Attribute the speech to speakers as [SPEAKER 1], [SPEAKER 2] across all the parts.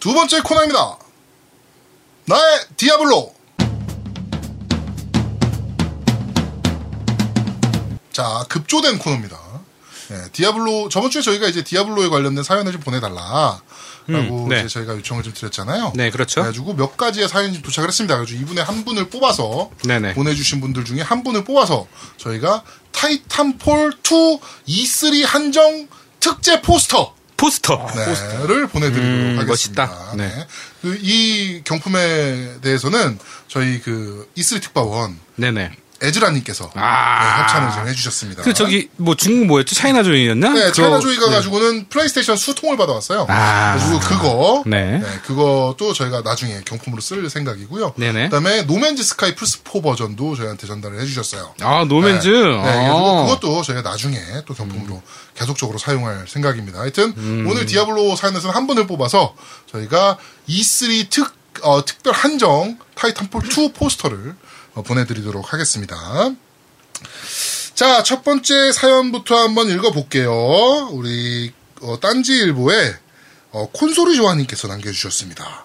[SPEAKER 1] 두 번째 코너입니다. 나의 디아블로. 자, 급조된 코너입니다. 예, 디아블로 저번 주에 저희가 이제 디아블로에 관련된 사연을 좀 보내달라라고
[SPEAKER 2] 음, 네.
[SPEAKER 1] 이제 저희가 요청을 좀 드렸잖아요.
[SPEAKER 2] 네, 그렇죠.
[SPEAKER 1] 그래가지고 몇 가지의 사연이 좀 도착을 했습니다. 그래가지고 이분의 한 분을 뽑아서
[SPEAKER 2] 네네.
[SPEAKER 1] 보내주신 분들 중에 한 분을 뽑아서 저희가 타이탄폴 2 E3 한정 특제 포스터
[SPEAKER 2] 포스터.
[SPEAKER 1] 아, 네를 보내드리도록
[SPEAKER 2] 음,
[SPEAKER 1] 하겠습니다.
[SPEAKER 2] 멋있다. 네.
[SPEAKER 1] 그이 경품에 대해서는 저희 그 E3 특파원
[SPEAKER 2] 네네.
[SPEAKER 1] 에즈라님께서
[SPEAKER 2] 아.
[SPEAKER 1] 네, 협찬을 좀 해주셨습니다.
[SPEAKER 2] 그 저기 뭐 중국 뭐였죠? 차이나 조이였나?
[SPEAKER 1] 네,
[SPEAKER 2] 그거-
[SPEAKER 1] 차이나 조이가 가지고는 플레이스테이션 수통을 받아왔어요.
[SPEAKER 2] 아.
[SPEAKER 1] 그래가지고 그거,
[SPEAKER 2] 네.
[SPEAKER 1] 네. 그것도 저희가 나중에 경품으로 쓸 생각이고요.
[SPEAKER 2] 네네.
[SPEAKER 1] 그다음에 노맨즈 스카이 플스 4 버전도 저희한테 전달을 해주셨어요.
[SPEAKER 2] 아 노맨즈.
[SPEAKER 1] 네, 네, 그래가지고
[SPEAKER 2] 아.
[SPEAKER 1] 그것도 저희가 나중에 또 경품으로 계속적으로 사용할 생각입니다. 하여튼 오늘 디아블로 사연에서는 한 분을 뽑아서 저희가 E3 특 어, 특별 한정 타이탄폴 2 포스터를 어, 보내드리도록 하겠습니다. 자, 첫 번째 사연부터 한번 읽어볼게요. 우리 어, 딴지일보에 어, 콘솔이 조아님께서 남겨주셨습니다.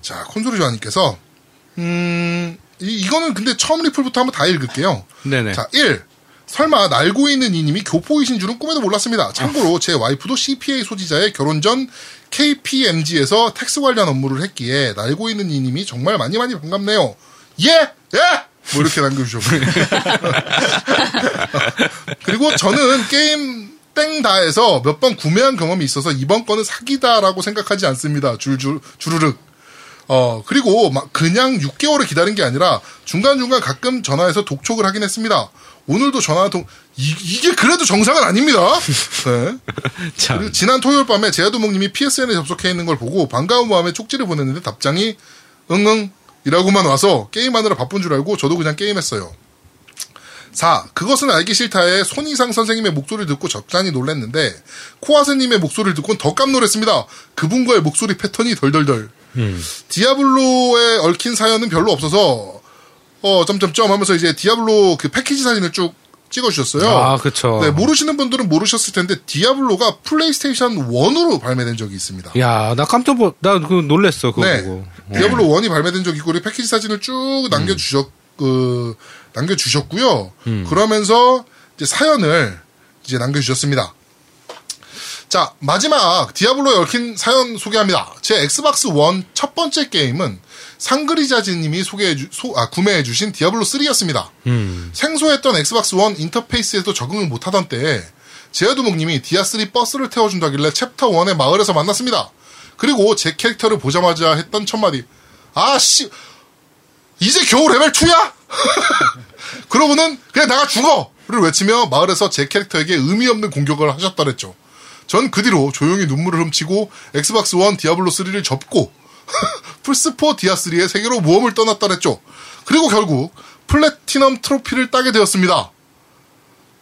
[SPEAKER 1] 자, 콘솔이 조아님께서 음, 이, 이거는 근데 처음 리플부터 한번 다 읽을게요.
[SPEAKER 2] 네네.
[SPEAKER 1] 자, 1. 설마 날고 있는 이님이 교포이신 줄은 꿈에도 몰랐습니다.
[SPEAKER 2] 아.
[SPEAKER 1] 참고로 제 와이프도 CPA 소지자의 결혼 전 KPMG에서 텍스 관련 업무를 했기에 날고 있는 이님이 정말 많이 많이 반갑네요. 예! 예! 뭐 이렇게 남겨주셨고요. 그리고 저는 게임 땡다에서 몇 번 구매한 경험이 있어서 이번 거는 사기다라고 생각하지 않습니다. 줄줄 주르륵. 어 그리고 막 그냥 6개월을 기다린 게 아니라 중간 중간 가끔 전화해서 독촉을 하긴 했습니다. 오늘도 전화 동 이, 이게 그래도 정상은 아닙니다. 네.
[SPEAKER 2] 참.
[SPEAKER 1] 그리고 지난 토요일 밤에 제아도목님이 PSN에 접속해 있는 걸 보고 반가운 마음에 쪽지를 보냈는데 답장이 응응 이라고만 와서 게임하느라 바쁜 줄 알고 저도 그냥 게임했어요. 4. 그것은 알기 싫다에 손이상 선생님의 목소리를 듣고 적잖이 놀랐는데 코아스님의 목소리를 듣고는 더 깜놀했습니다. 그분과의 목소리 패턴이 덜덜덜.
[SPEAKER 2] 음.
[SPEAKER 1] 디아블로에 얽힌 사연은 별로 없어서 어 점점점 하면서 이제 디아블로 그 패키지 사진을 쭉 찍어주셨어요.
[SPEAKER 2] 아, 그쵸.
[SPEAKER 1] 네, 모르시는 분들은 모르셨을 텐데 디아블로가 플레이스테이션 1으로 발매된 적이 있습니다.
[SPEAKER 2] 야, 나 깜짝 놀, 나그 놀랬어 그거
[SPEAKER 1] 네.
[SPEAKER 2] 보고.
[SPEAKER 1] 디아블로 1이 발매된 적이 있고, 우리 패키지 사진을 쭉 남겨주셨, 그, 남겨주셨고요.
[SPEAKER 2] 음.
[SPEAKER 1] 그러면서 이제 사연을 이제 남겨주셨습니다. 자, 마지막 디아블로에 얽힌 사연 소개합니다. 제 엑스박스 1 첫 번째 게임은 상그리자지님이 소개해 주, 소, 아, 구매해 주신 디아블로 3였습니다. 생소했던 엑스박스 1 인터페이스에도 적응을 못하던 때에 제아두목님이 디아3 버스를 태워준다길래 챕터 1의 마을에서 만났습니다. 그리고 제 캐릭터를 보자마자 했던 첫마디 아씨 이제 겨우 레벨 2야? 그러고는 그냥 나가 죽어를 외치며 마을에서 제 캐릭터에게 의미 없는 공격을 하셨다랬죠. 전 그 뒤로 조용히 눈물을 훔치고 엑스박스 1 디아블로 3를 접고 플스4 디아3의 세계로 모험을 떠났다랬죠. 그리고 결국 플래티넘 트로피를 따게 되었습니다.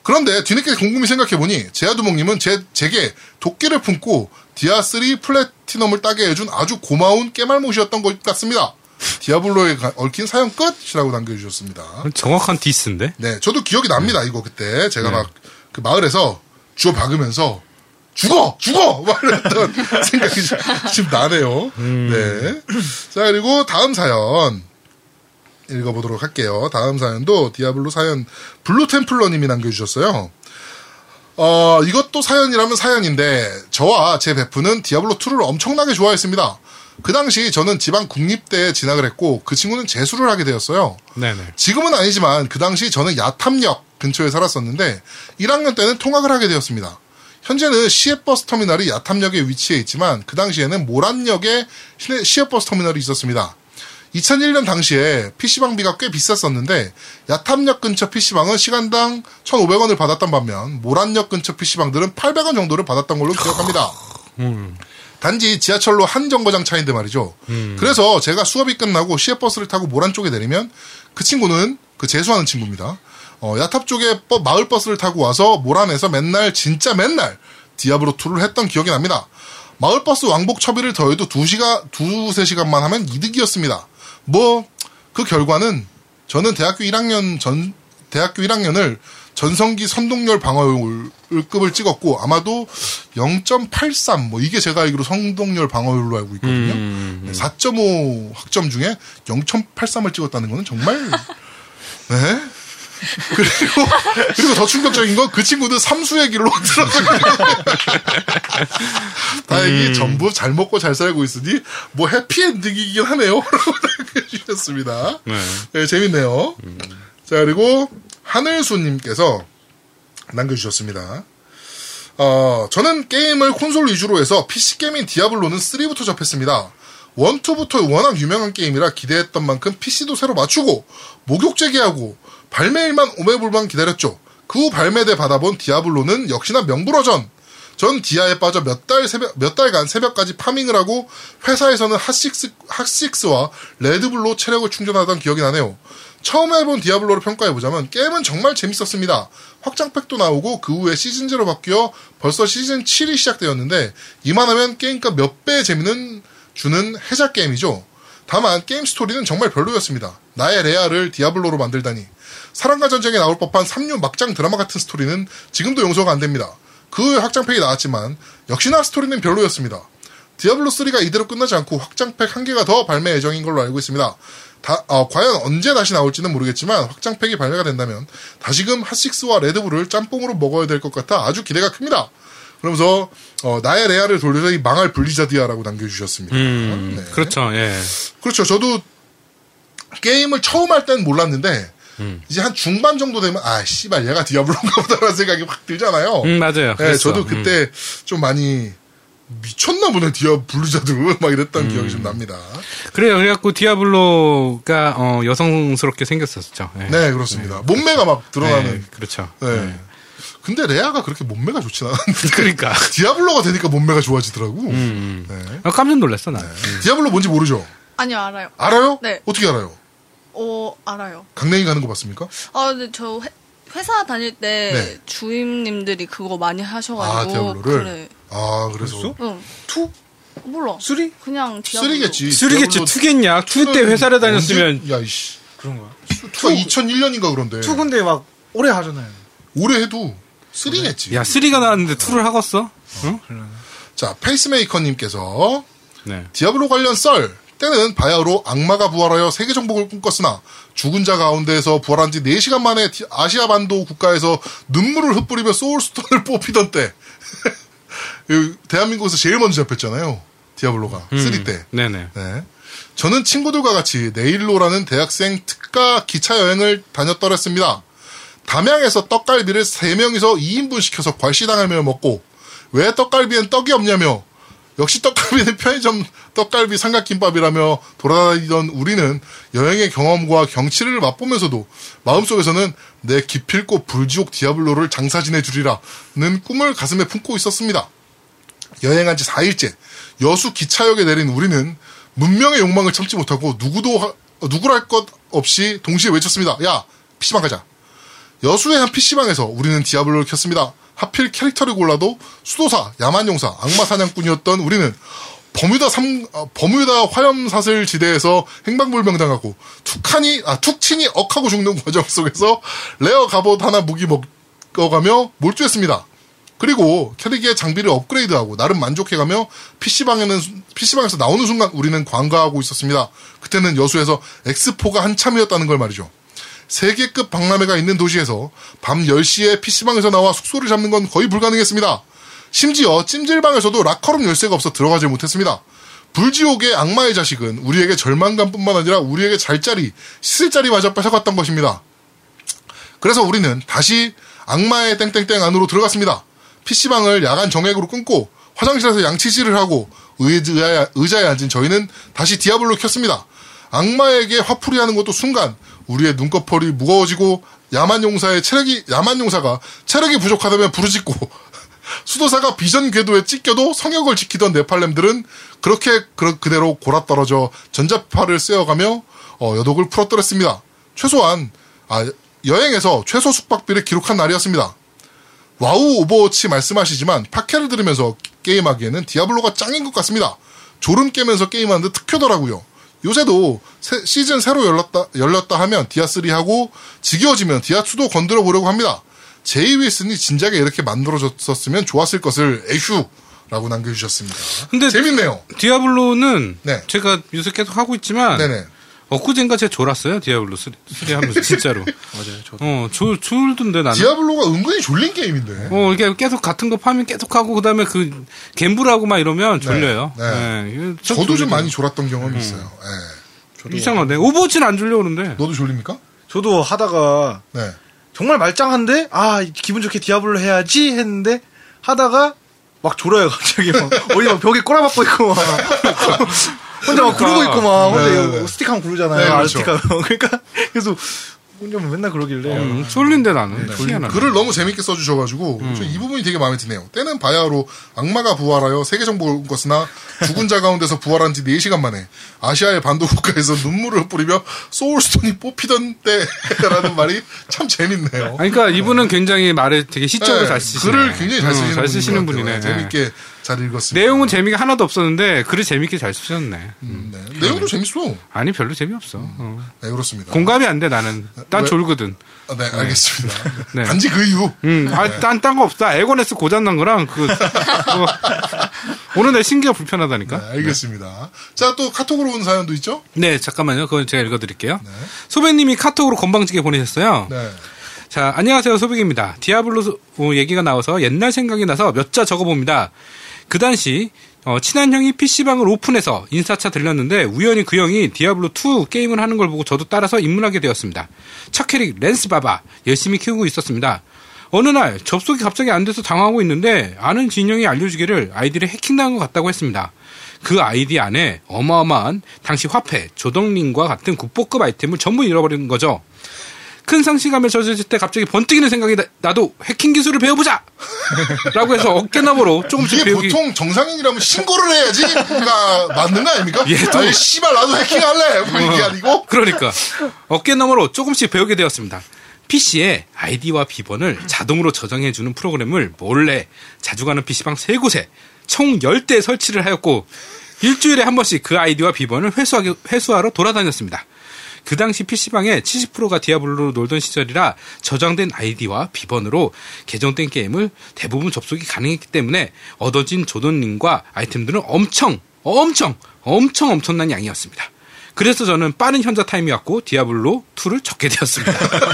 [SPEAKER 1] 그런데 뒤늦게 곰곰이 생각해보니 제아두목님은 제, 제게 도끼를 품고 디아3 플래티넘을 따게 해준 아주 고마운 깨말못이었던 것 같습니다. 디아블로에 가- 얽힌 사연 끝이라고 남겨주셨습니다.
[SPEAKER 2] 정확한 디스인데.
[SPEAKER 1] 네, 저도 기억이 납니다. 이거 그때 제가 막 그 마을에서 주워 박으면서 죽어, 죽어, 막 이랬던 생각이 지금 나네요. 네. 자 그리고 다음 사연 읽어보도록 할게요. 다음 사연도 디아블로 사연 블루 템플러님이 남겨주셨어요. 어, 이것도 사연이라면 사연인데, 저와 제 베프는 디아블로2를 엄청나게 좋아했습니다. 그 당시 저는 지방 국립대에 진학을 했고, 그 친구는 재수를 하게 되었어요.
[SPEAKER 2] 네네.
[SPEAKER 1] 지금은 아니지만 그 당시 저는 야탐역 근처에 살았었는데 1학년 때는 통학을 하게 되었습니다. 현재는 시외버스 터미널이 야탐역에 위치해 있지만 그 당시에는 모란역에 시내- 시외버스 터미널이 있었습니다. 2001년 당시에 PC방비가 꽤 비쌌었는데 야탐역 근처 PC방은 시간당 1,500원을 받았던 반면 모란역 근처 PC방들은 800원 정도를 받았던 걸로 기억합니다. 단지 지하철로 한 정거장 차인데 말이죠. 그래서 제가 수업이 끝나고 시외버스를 타고 모란 쪽에 내리면 그 친구는 그 재수하는 친구입니다. 어, 야탑 쪽에 버- 마을버스를 타고 와서 모란에서 맨날 진짜 맨날 디아블로 2를 했던 기억이 납니다. 마을버스 왕복 처비를 더해도 2시간, 2, 3시간만 하면 이득이었습니다. 뭐, 그 결과는 저는 대학교 1학년 전, 대학교 1학년을 전성기 선동열 방어율급을 찍었고 아마도 0.83 뭐 이게 제가 알기로 선동열 방어율로 알고 있거든요. 4.5 학점 중에 0.83을 찍었다는 거는 정말 네. 그리고 그리고 더 충격적인 건 그 친구들 삼수의 길로 들어갔거든요. 다행히 아, 전부 잘 먹고 잘 살고 있으니 뭐 해피엔딩이긴 하네요. 라고 해주셨습니다.
[SPEAKER 2] 네.
[SPEAKER 1] 네, 재밌네요. 자, 그리고 하늘수님께서 남겨주셨습니다. 어, 저는 게임을 콘솔 위주로 해서 PC게임인 디아블로는 3부터 접했습니다. 1, 2부터 워낙 유명한 게임이라 기대했던 만큼 PC도 새로 맞추고, 목욕 제기하고, 발매일만 오매불만 기다렸죠. 그 후 발매돼 받아본 디아블로는 역시나 명불허전! 전 디아에 빠져 몇 달 새벽 몇 달간 새벽까지 파밍을 하고 회사에서는 핫식스 핫식스와 레드불로 체력을 충전하던 기억이 나네요. 처음 해본 디아블로를 평가해 보자면 게임은 정말 재밌었습니다. 확장팩도 나오고 그 후에 시즌제로 바뀌어 벌써 시즌 7이 시작되었는데 이만하면 게임값 몇 배의 재미는 주는 해작 게임이죠. 다만 게임 스토리는 정말 별로였습니다. 나의 레아를 디아블로로 만들다니. 사랑과 전쟁에 나올 법한 삼류 막장 드라마 같은 스토리는 지금도 용서가 안 됩니다. 그 후에 확장팩이 나왔지만 역시나 스토리는 별로였습니다. 디아블로 3가 이대로 끝나지 않고 확장팩 한 개가 더 발매 예정인 걸로 알고 있습니다. 다- 어, 과연 언제 다시 나올지는 모르겠지만 확장팩이 발매가 된다면 다시금 핫식스와 레드불을 짬뽕으로 먹어야 될 것 같아 아주 기대가 큽니다. 그러면서 어, 나의 레아를 돌려서 이 망할 블리자디아라고 남겨주셨습니다.
[SPEAKER 2] 음,
[SPEAKER 1] 네.
[SPEAKER 2] 그렇죠. 예.
[SPEAKER 1] 그렇죠. 저도 게임을 처음 할 땐 몰랐는데
[SPEAKER 2] 음.
[SPEAKER 1] 이제 한 중반 정도 되면 아 씨발 얘가 디아블로인가 보다라는 생각이 확 들잖아요.
[SPEAKER 2] 음, 맞아요.
[SPEAKER 1] 예,
[SPEAKER 2] 그랬어.
[SPEAKER 1] 저도
[SPEAKER 2] 음.
[SPEAKER 1] 그때 좀 많이 미쳤나 보네 디아 블루자드 막 이랬던 기억이
[SPEAKER 2] 음.
[SPEAKER 1] 좀 납니다.
[SPEAKER 2] 그래요. 그래갖고 디아블로가 어, 여성스럽게 생겼었죠. 예.
[SPEAKER 1] 네 그렇습니다. 몸매가 막 드러나는.
[SPEAKER 2] 예, 그렇죠.
[SPEAKER 1] 네. 근데 레아가 그렇게 몸매가 좋진 않았는데
[SPEAKER 2] 그러니까.
[SPEAKER 1] 디아블로가 되니까 몸매가 좋아지더라고.
[SPEAKER 2] 음,
[SPEAKER 1] 네.
[SPEAKER 2] 아, 깜짝 놀랐어 나.
[SPEAKER 1] 디아블로 뭔지 모르죠.
[SPEAKER 3] 아니요 알아요.
[SPEAKER 1] 알아요?
[SPEAKER 3] 네.
[SPEAKER 1] 어떻게 알아요?
[SPEAKER 3] 어 알아요.
[SPEAKER 1] 강냉이 가는 거 봤습니까?
[SPEAKER 3] 아 근데 저 회, 회사 다닐 때
[SPEAKER 1] 네.
[SPEAKER 3] 주임님들이 그거 많이
[SPEAKER 1] 아
[SPEAKER 3] 하셔가지고
[SPEAKER 1] 디아블로를.
[SPEAKER 3] 그래.
[SPEAKER 1] 아 그래서
[SPEAKER 2] 벌써?
[SPEAKER 3] 응
[SPEAKER 1] 투
[SPEAKER 3] 몰라.
[SPEAKER 2] 쓰리?
[SPEAKER 3] 그냥 디아블로.
[SPEAKER 1] 쓰리겠지. 뭐
[SPEAKER 2] 쓰리겠지. 투겠냐? 투 때 회사를 다녔으면
[SPEAKER 1] 야 이씨.
[SPEAKER 4] 그런 거야.
[SPEAKER 1] 투가 2001년인가 그런데.
[SPEAKER 4] 투 근데 막 오래 하잖아요.
[SPEAKER 1] 올해 해도 쓰리겠지.
[SPEAKER 2] 야 쓰리가 나왔는데 투를 하겠어? 응?
[SPEAKER 1] 자 페이스메이커님께서
[SPEAKER 2] 네.
[SPEAKER 1] 디아블로 관련 썰 때는 바야흐로 악마가 부활하여 세계 정복을 꿈꿨으나 죽은 자 가운데에서 부활한 지 4시간 만에 디- 아시아 반도 국가에서 눈물을 흩뿌리며 소울스톤을 뽑히던 때 이 대한민국에서 제일 먼저 잡혔잖아요 디아블로가
[SPEAKER 2] 음.
[SPEAKER 1] 쓰리 때
[SPEAKER 2] 네네.
[SPEAKER 1] 네. 저는 친구들과 같이 네일로라는 대학생 특가 기차 여행을 다녔더랬습니다. 담양에서 떡갈비를 3명이서 2인분 시켜서 괄시당하며 먹고 왜 떡갈비엔 떡이 없냐며 역시 떡갈비는 편의점 떡갈비 삼각김밥이라며 돌아다니던 우리는 여행의 경험과 경치를 맛보면서도 마음속에서는 내 기필코 불지옥 디아블로를 장사진해 주리라는 꿈을 가슴에 품고 있었습니다. 여행한 지 4일째 여수 기차역에 내린 우리는 문명의 욕망을 참지 못하고 누구도 하- 어, 누구랄 것 없이 동시에 외쳤습니다. 야, PC방 가자. 여수의 한 PC방에서 우리는 디아블로를 켰습니다. 하필 캐릭터를 골라도 수도사, 야만용사, 악마사냥꾼이었던 우리는 버뮤다 삼, 어, 버뮤다 화염사슬 지대에서 행방불명당하고 툭하니, 아, 툭치니 억하고 죽는 과정 속에서 레어 갑옷 하나 무기 먹어가며 몰두했습니다. 그리고 캐릭의 장비를 업그레이드하고 나름 만족해가며 PC방에는, PC방에서 나오는 순간 우리는 관가하고 있었습니다. 그때는 여수에서 엑스포가 한참이었다는 걸 말이죠. 세계급 박람회가 있는 도시에서 밤 10시에 PC방에서 나와 숙소를 잡는 건 거의 불가능했습니다. 심지어 찜질방에서도 락커룸 열쇠가 없어 들어가지 못했습니다. 불지옥의 악마의 자식은 우리에게 절망감뿐만 아니라 우리에게 잘자리, 시슬자리마저 뺏어갔던 것입니다. 그래서 우리는 다시 악마의 땡땡땡 안으로 들어갔습니다. PC방을 야간 정액으로 끊고 화장실에서 양치질을 하고 의자에, 의자에 앉은 저희는 다시 디아블로 켰습니다. 악마에게 화풀이 하는 것도 순간 우리의 눈꺼풀이 무거워지고 야만용사의 체력이 야만용사가 체력이 부족하다면 부르짖고 수도사가 비전 궤도에 찢겨도 성역을 지키던 네팔렘들은 그렇게 그, 그대로 골아떨어져 전자파를 쐬어가며 어, 여독을 풀었더랬습니다. 최소한 아, 여행에서 최소 숙박비를 기록한 날이었습니다. 와우 오버워치 말씀하시지만 팟캐를 들으면서 게임하기에는 디아블로가 짱인 것 같습니다. 졸음 깨면서 게임하는데 특효더라고요. 요새도 새- 시즌 새로 열렸다, 열렸다 하면 디아3하고 지겨워지면 디아2도 건드려 보려고 합니다. 제이 윌슨이 진작에 이렇게 만들어졌었으면 좋았을 것을 에휴라고 남겨주셨습니다.
[SPEAKER 2] 근데-
[SPEAKER 1] 재밌네요.
[SPEAKER 2] 디아블로는
[SPEAKER 1] 네.
[SPEAKER 2] 제가 요새 계속 하고 있지만
[SPEAKER 1] 네네.
[SPEAKER 2] 엊그젠가 제가 졸았어요 디아블로 3, 리 하면서 진짜로
[SPEAKER 4] 맞아요. 저도.
[SPEAKER 2] 어 졸, 졸던데 나는
[SPEAKER 1] 디아블로가 은근히 졸린 게임인데.
[SPEAKER 2] 어 이게 계속 같은 거 파면 계속 하고 그다음에 그 갬블하고 막 이러면 졸려요
[SPEAKER 1] 네.
[SPEAKER 2] 예, 저
[SPEAKER 1] 저도 좀
[SPEAKER 2] 졸리더라고요. 음.
[SPEAKER 1] 많이 졸았던 경험이 있어요. 예.
[SPEAKER 4] 저도,
[SPEAKER 2] 이상하네 오버워치는 안 졸려 오는데
[SPEAKER 1] 너도 졸립니까?
[SPEAKER 4] 저도 하다가
[SPEAKER 1] 네.
[SPEAKER 4] 정말 말짱한데 아 기분 좋게 디아블로 해야지 했는데 하다가 막 졸아요 갑자기 막 어디 막 벽에 꼬라박고 있고 막 혼자 막 구르고 있고 막 혼자
[SPEAKER 1] 네,
[SPEAKER 4] 이거
[SPEAKER 1] 네.
[SPEAKER 4] 스틱하면
[SPEAKER 1] 네,
[SPEAKER 4] 구르잖아요
[SPEAKER 1] 그렇죠.
[SPEAKER 4] 아르스틱하면 그러니까 계속 혼자 뭐 맨날 그러길래
[SPEAKER 2] 음, 졸린데 나는 희한하네
[SPEAKER 1] 글을 너무 재밌게 써주셔가지고
[SPEAKER 2] 음.
[SPEAKER 1] 저 이 부분이 되게 마음에 드네요. 때는 바야흐로 악마가 부활하여 세계 정복을 꿈꿨으나 죽은 자 가운데서 부활한 지 4시간 만에 아시아의 반도 국가에서 눈물을 뿌리며 소울스톤이 뽑히던 때라는 말이 참 재밌네요.
[SPEAKER 2] 아니, 그러니까 이분은 굉장히 말을 되게 시적으로
[SPEAKER 1] 네,
[SPEAKER 2] 잘 쓰시네
[SPEAKER 1] 글을 굉장히 잘
[SPEAKER 2] 음,
[SPEAKER 1] 쓰시는,
[SPEAKER 2] 잘
[SPEAKER 1] 분인
[SPEAKER 2] 쓰시는
[SPEAKER 1] 것
[SPEAKER 2] 분이네 네.
[SPEAKER 1] 같아요. 재밌게 잘 읽었습니다.
[SPEAKER 2] 내용은 재미가 하나도 없었는데 글을 재밌게 잘 쓰셨네
[SPEAKER 1] 음, 네. 내용도 재밌어. 네
[SPEAKER 2] 아니 별로 재미없어 어.
[SPEAKER 1] 그렇습니다.
[SPEAKER 2] 공감이 안 돼 나는 난
[SPEAKER 1] 왜?
[SPEAKER 2] 졸거든
[SPEAKER 1] 아, 네 알겠습니다.
[SPEAKER 2] 네.
[SPEAKER 1] 단지 그 이유.
[SPEAKER 2] 음, 아, 딴, 딴 거 없다. 에고네스 고장난 거랑, 그, 그거 오늘 내 신기가 불편하다니까?
[SPEAKER 1] 네, 알겠습니다. 자 또 카톡으로 온 사연도 있죠?
[SPEAKER 2] 네, 잠깐만요. 그건 제가 읽어드릴게요. 소배님이 카톡으로 건방지게 보내셨어요.
[SPEAKER 1] 네.
[SPEAKER 2] 자, 안녕하세요. 소백입니다. 디아블로 소- 어, 얘기가 나와서 옛날 생각이 나서 몇 자 적어봅니다. 그 당시 어, 친한 형이 PC방을 오픈해서 인사차 들렸는데 우연히 그 형이 디아블로2 게임을 하는 걸 보고 저도 따라서 입문하게 되었습니다. 첫 캐릭 랜스바바 열심히 키우고 있었습니다. 어느 날 접속이 갑자기 안 돼서 당황하고 있는데 아는 진영이 알려주기를 아이디를 해킹당한 것 같다고 했습니다. 그 아이디 안에 어마어마한 당시 화폐, 조덕링과 같은 국보급 아이템을 전부 잃어버린 거죠. 큰 상실감에 젖을 때 갑자기 번뜩이는 생각이 나, 도 해킹 기술을 배워보자! 라고 해서 어깨나무로 조금씩
[SPEAKER 1] 이게
[SPEAKER 2] 배우기.
[SPEAKER 1] 보통 정상인이라면 신고를 해야지 가 맞는 거 아닙니까?
[SPEAKER 2] 예,
[SPEAKER 1] 아니 씨발 나도 해킹할래 뭐 이게 아니고
[SPEAKER 2] 그러니까 어깨너머로 조금씩 배우게 되었습니다. PC에 아이디와 비번을 자동으로 저장해주는 프로그램을 몰래 자주 가는 PC방 세 곳에 총 10대 설치를 하였고 일주일에 한 번씩 그 아이디와 비번을 회수하기, 회수하러 돌아다녔습니다. 그 당시 PC방에 70%가 디아블로로 놀던 시절이라 저장된 아이디와 비번으로 개정된 게임을 대부분 접속이 가능했기 때문에 얻어진 조던링과 아이템들은 엄청, 엄청, 엄청 엄청난 양이었습니다. 그래서 저는 빠른 현자 타임이었고 디아블로 2를 적게 되었습니다.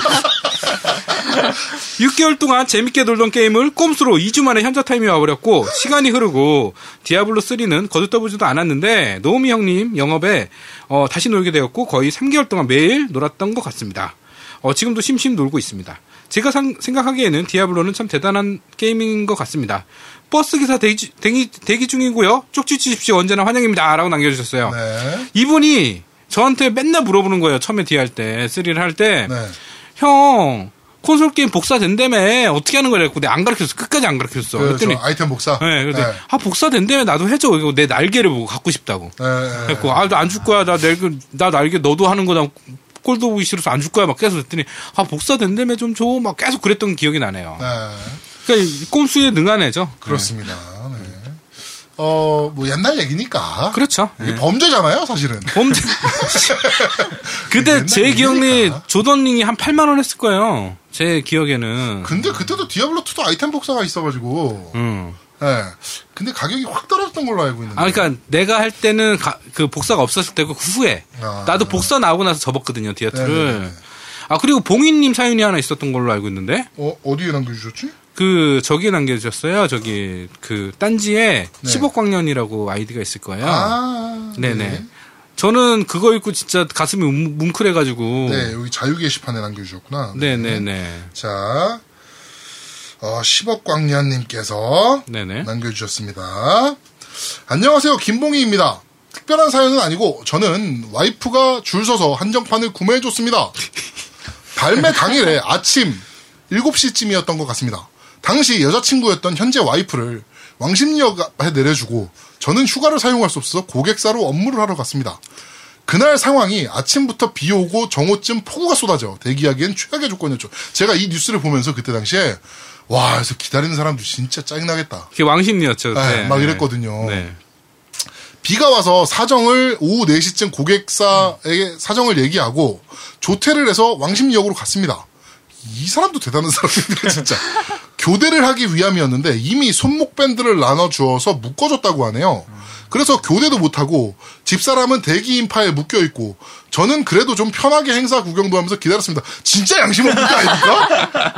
[SPEAKER 2] 6개월 동안 재밌게 놀던 게임을 꼼수로 2주 만에 현자 타임이 와버렸고 시간이 흐르고 디아블로 3는 거들떠보지도 않았는데 노미 형님 영업에 어, 다시 놀게 되었고 거의 3개월 동안 매일 놀았던 것 같습니다. 어, 지금도 심심 놀고 있습니다. 제가 상- 생각하기에는 디아블로는 참 대단한 게임인 것 같습니다. 버스 기사 대기, 주- 대기- 대기 중이고요. 쪽지 주십시오. 언제나 환영입니다.라고 남겨주셨어요.
[SPEAKER 1] 네.
[SPEAKER 2] 이분이 저한테 맨날 물어보는 거예요. 처음에 D 할 때, 3를 할 때.
[SPEAKER 1] 네.
[SPEAKER 2] 형, 콘솔 게임 복사 된다며 어떻게 하는 거냐고. 근데 안 가르쳤어. 끝까지 안 가르쳤어.
[SPEAKER 1] 그,
[SPEAKER 2] 그랬더니,
[SPEAKER 1] 저 아이템 복사.
[SPEAKER 2] 예, 그래서
[SPEAKER 1] 네.
[SPEAKER 2] 아, 복사 된다며 나도 해줘. 이거 내 날개를 보고 갖고 싶다고.
[SPEAKER 1] 네, 네.
[SPEAKER 2] 그래갖고, 아, 나 안 줄 거야. 나 날개, 나 날개 너도 하는 거다. 꼴도 보기 싫어서 안 줄 거야. 막 계속 그랬더니, 아, 복사 된다며 좀 줘. 막 계속 그랬던 기억이 나네요.
[SPEAKER 1] 네.
[SPEAKER 2] 그러니까 이 꼼수에 능하네죠.
[SPEAKER 1] 그렇습니다. 네. 어, 뭐 옛날 얘기니까.
[SPEAKER 2] 그렇죠.
[SPEAKER 1] 이게 범죄잖아요, 사실은.
[SPEAKER 2] 범죄. 그때 제
[SPEAKER 1] 옛날
[SPEAKER 2] 기억에
[SPEAKER 1] 일이니까.
[SPEAKER 2] 조던링이 한 8만 원 했을 거예요. 제 기억에는.
[SPEAKER 1] 근데 그때도 디아블로 2도 아이템 복사가 있어가지고.
[SPEAKER 2] 음.
[SPEAKER 1] 네. 근데 가격이 확 떨어졌던 걸로 알고 있는데.
[SPEAKER 2] 아, 그러니까 내가 할 때는 가- 그 복사가 없었을 때고 그 후에
[SPEAKER 1] 아.
[SPEAKER 2] 나도 복사 나오고 나서 접었거든요
[SPEAKER 1] 네네네.
[SPEAKER 2] 디아트를. 아 그리고 봉인님 사연이 하나 있었던 걸로 알고 있는데
[SPEAKER 1] 어, 어디에 남겨주셨지?
[SPEAKER 2] 그 저기에 남겨주셨어요. 저기 그 딴지에
[SPEAKER 1] 네.
[SPEAKER 2] 10억광년이라고 아이디가 있을 거예요.
[SPEAKER 1] 아.
[SPEAKER 2] 네네. 저는 그거 읽고 진짜 가슴이 웅- 뭉클해가지고.
[SPEAKER 1] 네, 여기 자유 게시판에 남겨주셨구나.
[SPEAKER 2] 네네네. 네네.
[SPEAKER 1] 자, 어, 10억 광년님께서
[SPEAKER 2] 네네.
[SPEAKER 1] 남겨주셨습니다. 안녕하세요. 김봉희입니다. 특별한 사연은 아니고 저는 와이프가 줄 서서 한정판을 구매해줬습니다. 발매 당일에 아침 7시쯤이었던 것 같습니다. 당시 여자친구였던 현재 와이프를 왕십리역에 내려주고 저는 휴가를 사용할 수 없어서 고객사로 업무를 하러 갔습니다. 그날 상황이 아침부터 비 오고 정오쯤 폭우가 쏟아져 대기하기엔 최악의 조건이었죠. 제가 이 뉴스를 보면서 그때 당시에 와, 그래서 기다리는 사람도 진짜 짜증나겠다.
[SPEAKER 2] 그게 왕십리였죠.
[SPEAKER 1] 네,
[SPEAKER 2] 그때.
[SPEAKER 1] 막 이랬거든요.
[SPEAKER 2] 네.
[SPEAKER 1] 비가 와서 사정을 오후 4시쯤 고객사에게 사정을 얘기하고 조퇴를 해서 왕십리역으로 갔습니다. 이 사람도 대단한 사람인데 진짜 교대를 하기 위함이었는데 이미 손목 밴드를 나눠 주어서 묶어줬다고 하네요. 그래서 교대도 못하고 집사람은 대기 인파에 묶여 있고 저는 그래도 좀 편하게 행사 구경도 하면서 기다렸습니다. 진짜 양심 없는 거 아닙니까?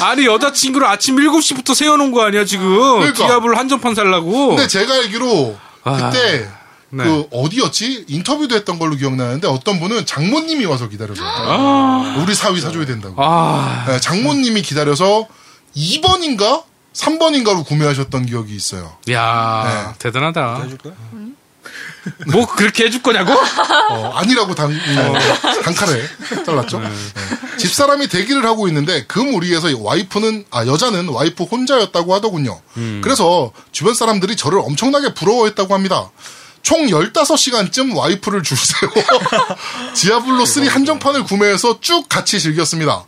[SPEAKER 2] 아니 여자친구를 아침 7시부터 세워놓은 거 아니야 지금
[SPEAKER 1] 그러니까. 네.
[SPEAKER 2] 디아블로 한정판 살라고
[SPEAKER 1] 근데 제가 알기로
[SPEAKER 2] 아,
[SPEAKER 1] 그때
[SPEAKER 2] 네.
[SPEAKER 1] 그 어디였지 인터뷰도 했던 걸로 기억나는데 어떤 분은 장모님이 와서 기다려서 우리 사위 사줘야 된다고.
[SPEAKER 2] 아
[SPEAKER 1] 네, 장모님이 기다려서 2번인가 3번인가로 구매하셨던 기억이 있어요.
[SPEAKER 2] 야
[SPEAKER 1] 네.
[SPEAKER 2] 대단하다 음. 뭐 그렇게 해줄 거냐고?
[SPEAKER 1] 어, 아니라고 단,
[SPEAKER 2] 네.
[SPEAKER 1] 음, 단칼에 잘랐죠. 네. 집사람이 대기를 하고 있는데 그 무리에서 와이프는 아 여자는 와이프 혼자였다고 하더군요.
[SPEAKER 2] 음.
[SPEAKER 1] 그래서 주변 사람들이 저를 엄청나게 부러워했다고 합니다. 총 15시간쯤 와이프를 줄 세워 디아블로 3 한정판을 구매해서 쭉 같이 즐겼습니다.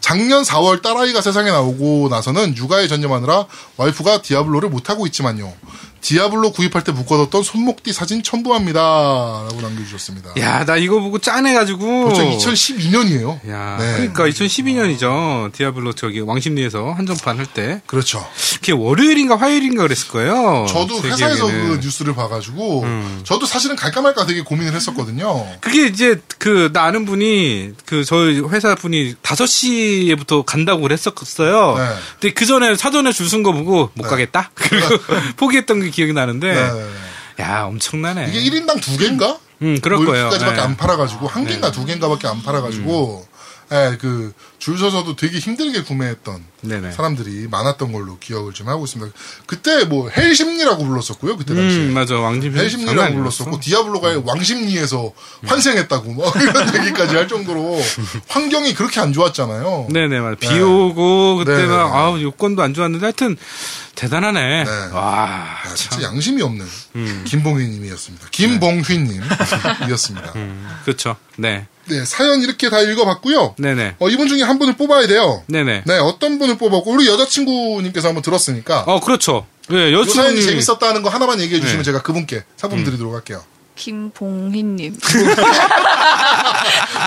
[SPEAKER 1] 작년 4월 딸아이가 세상에 나오고 나서는 육아에 전념하느라 와이프가 디아블로를 못하고 있지만요. 디아블로 구입할 때 묶어뒀던 손목띠 사진 첨부합니다. 라고 남겨주셨습니다.
[SPEAKER 2] 야 나 이거 보고 짠해가지고
[SPEAKER 1] 벌써 2012년이에요.
[SPEAKER 2] 야,
[SPEAKER 1] 네.
[SPEAKER 2] 그러니까 2012년이죠. 디아블로 저기 왕십리에서 한정판 할 때.
[SPEAKER 1] 그렇죠.
[SPEAKER 2] 그게 월요일인가 화요일인가 그랬을 거예요.
[SPEAKER 1] 저도
[SPEAKER 2] 어, 제
[SPEAKER 1] 회사에서 그
[SPEAKER 2] 기억에는. 음.
[SPEAKER 1] 뉴스를 봐가지고 저도 사실은 갈까 말까 되게 고민을 했었거든요.
[SPEAKER 2] 그게 이제 그 나 아는 분이 그 저희 회사 분이 5시에부터 간다고 그랬었어요.
[SPEAKER 1] 네.
[SPEAKER 2] 근데 그 전에 사전에 줄 쓴 거 보고 못 가겠다. 그리고 포기했던 게 기억이 나는데
[SPEAKER 1] 네.
[SPEAKER 2] 야, 엄청나네.
[SPEAKER 1] 이게 1인당 두 개인가?
[SPEAKER 2] 음, 그럴
[SPEAKER 1] 뭐
[SPEAKER 2] 거예요.
[SPEAKER 1] 이렇게까지밖에
[SPEAKER 2] 네. 음.
[SPEAKER 1] 안 팔아가지고 한 개인가 두 개인가밖에 안 팔아가지고 예, 그줄 서서도 되게 힘들게 구매했던
[SPEAKER 2] 네네.
[SPEAKER 1] 사람들이 많았던 걸로 기억을 좀 하고 있습니다. 그때 뭐 헬심리라고 불렀었고요. 그때 당시에.
[SPEAKER 2] 음, 맞아. 왕십리
[SPEAKER 1] 헬심리라고 네, 불렀었고 디아블로가 왕심리에서
[SPEAKER 2] 음.
[SPEAKER 1] 환생했다고 막 이런 얘기까지 할 정도로 환경이 그렇게 안 좋았잖아요.
[SPEAKER 2] 네네, 맞아. 비 오고 그때
[SPEAKER 1] 네네네.
[SPEAKER 2] 막 아우 요건도 안 좋았는데 하여튼 대단하네. 와.
[SPEAKER 1] 아,
[SPEAKER 2] 참. 음.
[SPEAKER 1] 진짜 양심이 없는 김봉휘님이었습니다. 김봉휘님이었습니다.
[SPEAKER 2] 그렇죠. 네.
[SPEAKER 1] 네 사연 이렇게 다 읽어봤고요.
[SPEAKER 2] 네네.
[SPEAKER 1] 어, 이분 중에 한 분을 뽑아야 돼요.
[SPEAKER 2] 네네.
[SPEAKER 1] 네, 어떤 분을 뽑았고 우리 여자친구님께서 한번 들었으니까
[SPEAKER 2] 어, 그렇죠. 예,
[SPEAKER 1] 이 사연이
[SPEAKER 2] 여친이
[SPEAKER 1] 재밌었다는 거 하나만 얘기해 주시면
[SPEAKER 2] 네. 음.
[SPEAKER 1] 제가 그분께 상품 드리도록 할게요.
[SPEAKER 3] 김봉희님.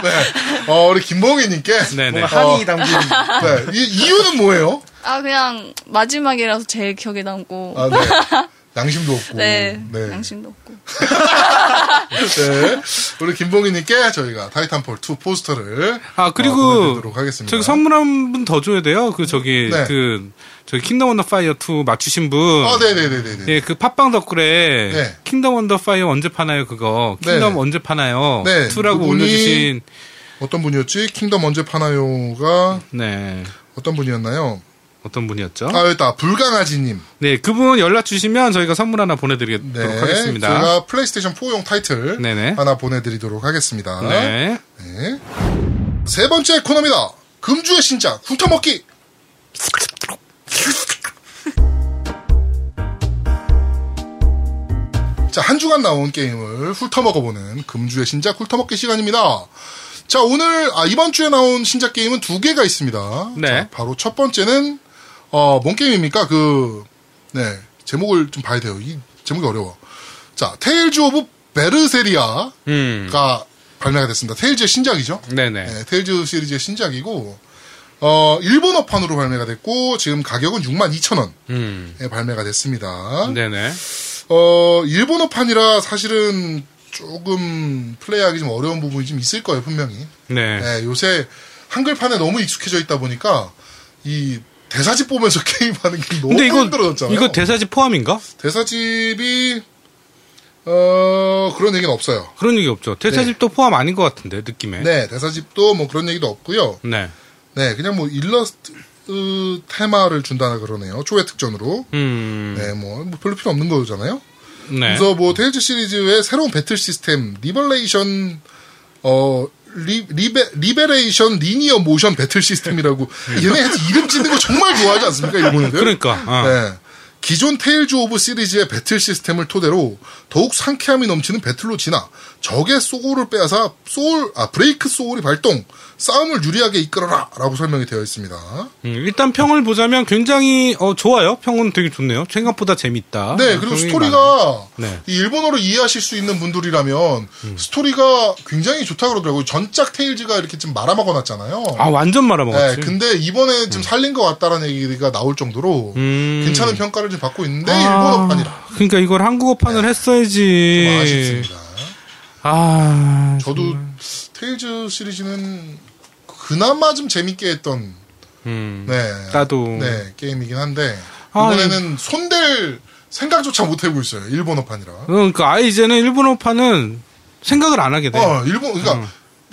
[SPEAKER 1] 네, 어, 우리 김봉희님께
[SPEAKER 2] 네네.
[SPEAKER 4] 뭔가 한이 담긴
[SPEAKER 1] 네, 이, 이유는 뭐예요?
[SPEAKER 3] 아 그냥 마지막이라서 제일 기억에 남고.
[SPEAKER 1] 아, 네. 양심도 없고.
[SPEAKER 3] 네,
[SPEAKER 1] 네.
[SPEAKER 3] 양심도 없고.
[SPEAKER 1] 네. 우리 김봉희님께 저희가 타이탄폴 2 포스터를
[SPEAKER 2] 아,
[SPEAKER 1] 어,
[SPEAKER 2] 그리고
[SPEAKER 1] 보내드리도록 하겠습니다.
[SPEAKER 2] 저기 선물 한 분 더 줘야 돼요. 그 저기
[SPEAKER 1] 네.
[SPEAKER 2] 그 저기 킹덤 원더 파이어 2 맞추신 분.
[SPEAKER 1] 아, 네네네네네.
[SPEAKER 2] 예, 그 팟빵 덧글에
[SPEAKER 1] 네.
[SPEAKER 2] 킹덤 원더 파이어 언제 파나요 그거.
[SPEAKER 1] 네.
[SPEAKER 2] 킹덤 언제 파나요?
[SPEAKER 1] 네,
[SPEAKER 2] 2라고
[SPEAKER 1] 그분이-
[SPEAKER 2] 올려 주신
[SPEAKER 1] 어떤 분이었지? 킹덤 언제 파나요가
[SPEAKER 2] 네.
[SPEAKER 1] 어떤 분이었나요?
[SPEAKER 2] 어떤 분이었죠?
[SPEAKER 1] 아, 여기다 불강아지님.
[SPEAKER 2] 네, 그분 연락 주시면 저희가 선물 하나 보내 드리도록
[SPEAKER 1] 네.
[SPEAKER 2] 하겠습니다.
[SPEAKER 1] 제가 아, 플레이스테이션 4용 타이틀
[SPEAKER 2] 네네.
[SPEAKER 1] 하나 보내드리도록 하겠습니다.
[SPEAKER 2] 네.
[SPEAKER 1] 네. 세 번째 코너입니다. 금주의 신작 훑어먹기. 자, 한 주간 나온 게임을 훑어먹어보는 금주의 신작 훑어먹기 시간입니다. 자, 오늘, 아, 이번 주에 나온 신작 게임은 두 개가 있습니다.
[SPEAKER 2] 네.
[SPEAKER 1] 자, 바로 첫 번째는, 어, 뭔 게임입니까? 그, 네, 제목을 좀 봐야 돼요. 이 제목이 어려워. 자, 테일즈 오브 베르세리아.
[SPEAKER 2] 음.
[SPEAKER 1] 가 발매가 됐습니다. 테일즈의 신작이죠.
[SPEAKER 2] 네, 네.
[SPEAKER 1] 네, 테일즈 시리즈의 신작이고 어, 일본어판으로 발매가 됐고 지금 가격은 6만 2천 원에
[SPEAKER 2] 음.
[SPEAKER 1] 발매가 됐습니다.
[SPEAKER 2] 네, 네.
[SPEAKER 1] 어, 일본어판이라 사실은 조금 플레이하기 좀 어려운 부분이 좀 있을 거예요, 분명히.
[SPEAKER 2] 네.
[SPEAKER 1] 네, 요새 한글판에 너무 익숙해져 있다 보니까 이 대사집 보면서 게임하는 게 너무
[SPEAKER 2] 근데 이거
[SPEAKER 1] 힘들어졌잖아요.
[SPEAKER 2] 이거 대사지 포함인가?
[SPEAKER 1] 대사집이 어, 그런 얘기는 없어요.
[SPEAKER 2] 그런 얘기 없죠. 대사집도 포함 아닌 것 같은데 느낌에.
[SPEAKER 1] 네, 대사집도 뭐 그런 얘기도 없고요.
[SPEAKER 2] 네.
[SPEAKER 1] 네, 그냥 뭐 일러스트 으, 테마를 준다나 그러네요. 초회 특전으로.
[SPEAKER 2] 음.
[SPEAKER 1] 네, 뭐, 뭐 별로 필요 없는 거잖아요.
[SPEAKER 2] 네.
[SPEAKER 1] 그래서 뭐 테일즈 시리즈의 새로운 배틀 시스템 리벌레이션 어 리, 리베, 리베레이션 리니어 모션 배틀 시스템이라고 얘네 이름 짓는 거 정말 네. 그러니까. 좋아하지 않습니까 일본인들?
[SPEAKER 2] 그러니까. 어.
[SPEAKER 1] 네. 기존 테일즈 오브 시리즈의 배틀 시스템을 토대로 더욱 상쾌함이 넘치는 배틀로 진화, 적의 소울을 빼앗아 소울, 아, 브레이크 소울이 발동, 싸움을 유리하게 이끌어라! 라고 설명이 되어 있습니다.
[SPEAKER 2] 음, 일단 평을 보자면 굉장히 어, 좋아요. 평은 되게 좋네요. 생각보다 재밌다.
[SPEAKER 1] 네,
[SPEAKER 2] 어,
[SPEAKER 1] 그리고
[SPEAKER 2] 평이
[SPEAKER 1] 스토리가
[SPEAKER 2] 네. 음.
[SPEAKER 1] 이 일본어로 이해하실 수 있는 분들이라면 스토리가 굉장히 좋다 그러더라고요. 전작 테일즈가 이렇게 좀 말아먹어 놨잖아요.
[SPEAKER 2] 많아요. 아 완전
[SPEAKER 1] 네,
[SPEAKER 2] 말아먹었지.
[SPEAKER 1] 근데 이번에 좀 살린 것 같다라는 얘기가 나올 정도로
[SPEAKER 2] 음.
[SPEAKER 1] 괜찮은 평가를 좀 받고 있는데
[SPEAKER 2] 아,
[SPEAKER 1] 일본어판이라
[SPEAKER 2] 그러니까 이걸 한국어판을 했어야지.
[SPEAKER 1] 네. 좀 아쉽습니다.
[SPEAKER 2] 아,
[SPEAKER 1] 저도 테일즈 시리즈는 그나마 좀 재밌게 했던
[SPEAKER 2] 음.
[SPEAKER 1] 네,
[SPEAKER 2] 나도.
[SPEAKER 1] 네 게임이긴 한데
[SPEAKER 2] 아,
[SPEAKER 1] 이번에는 손댈 생각조차 못 해보고 있어요. 일본어판이라.
[SPEAKER 2] 그러니까 아예 이제는 일본어판은 생각을 안 하게 돼.
[SPEAKER 1] 어, 네. 일본 그러니까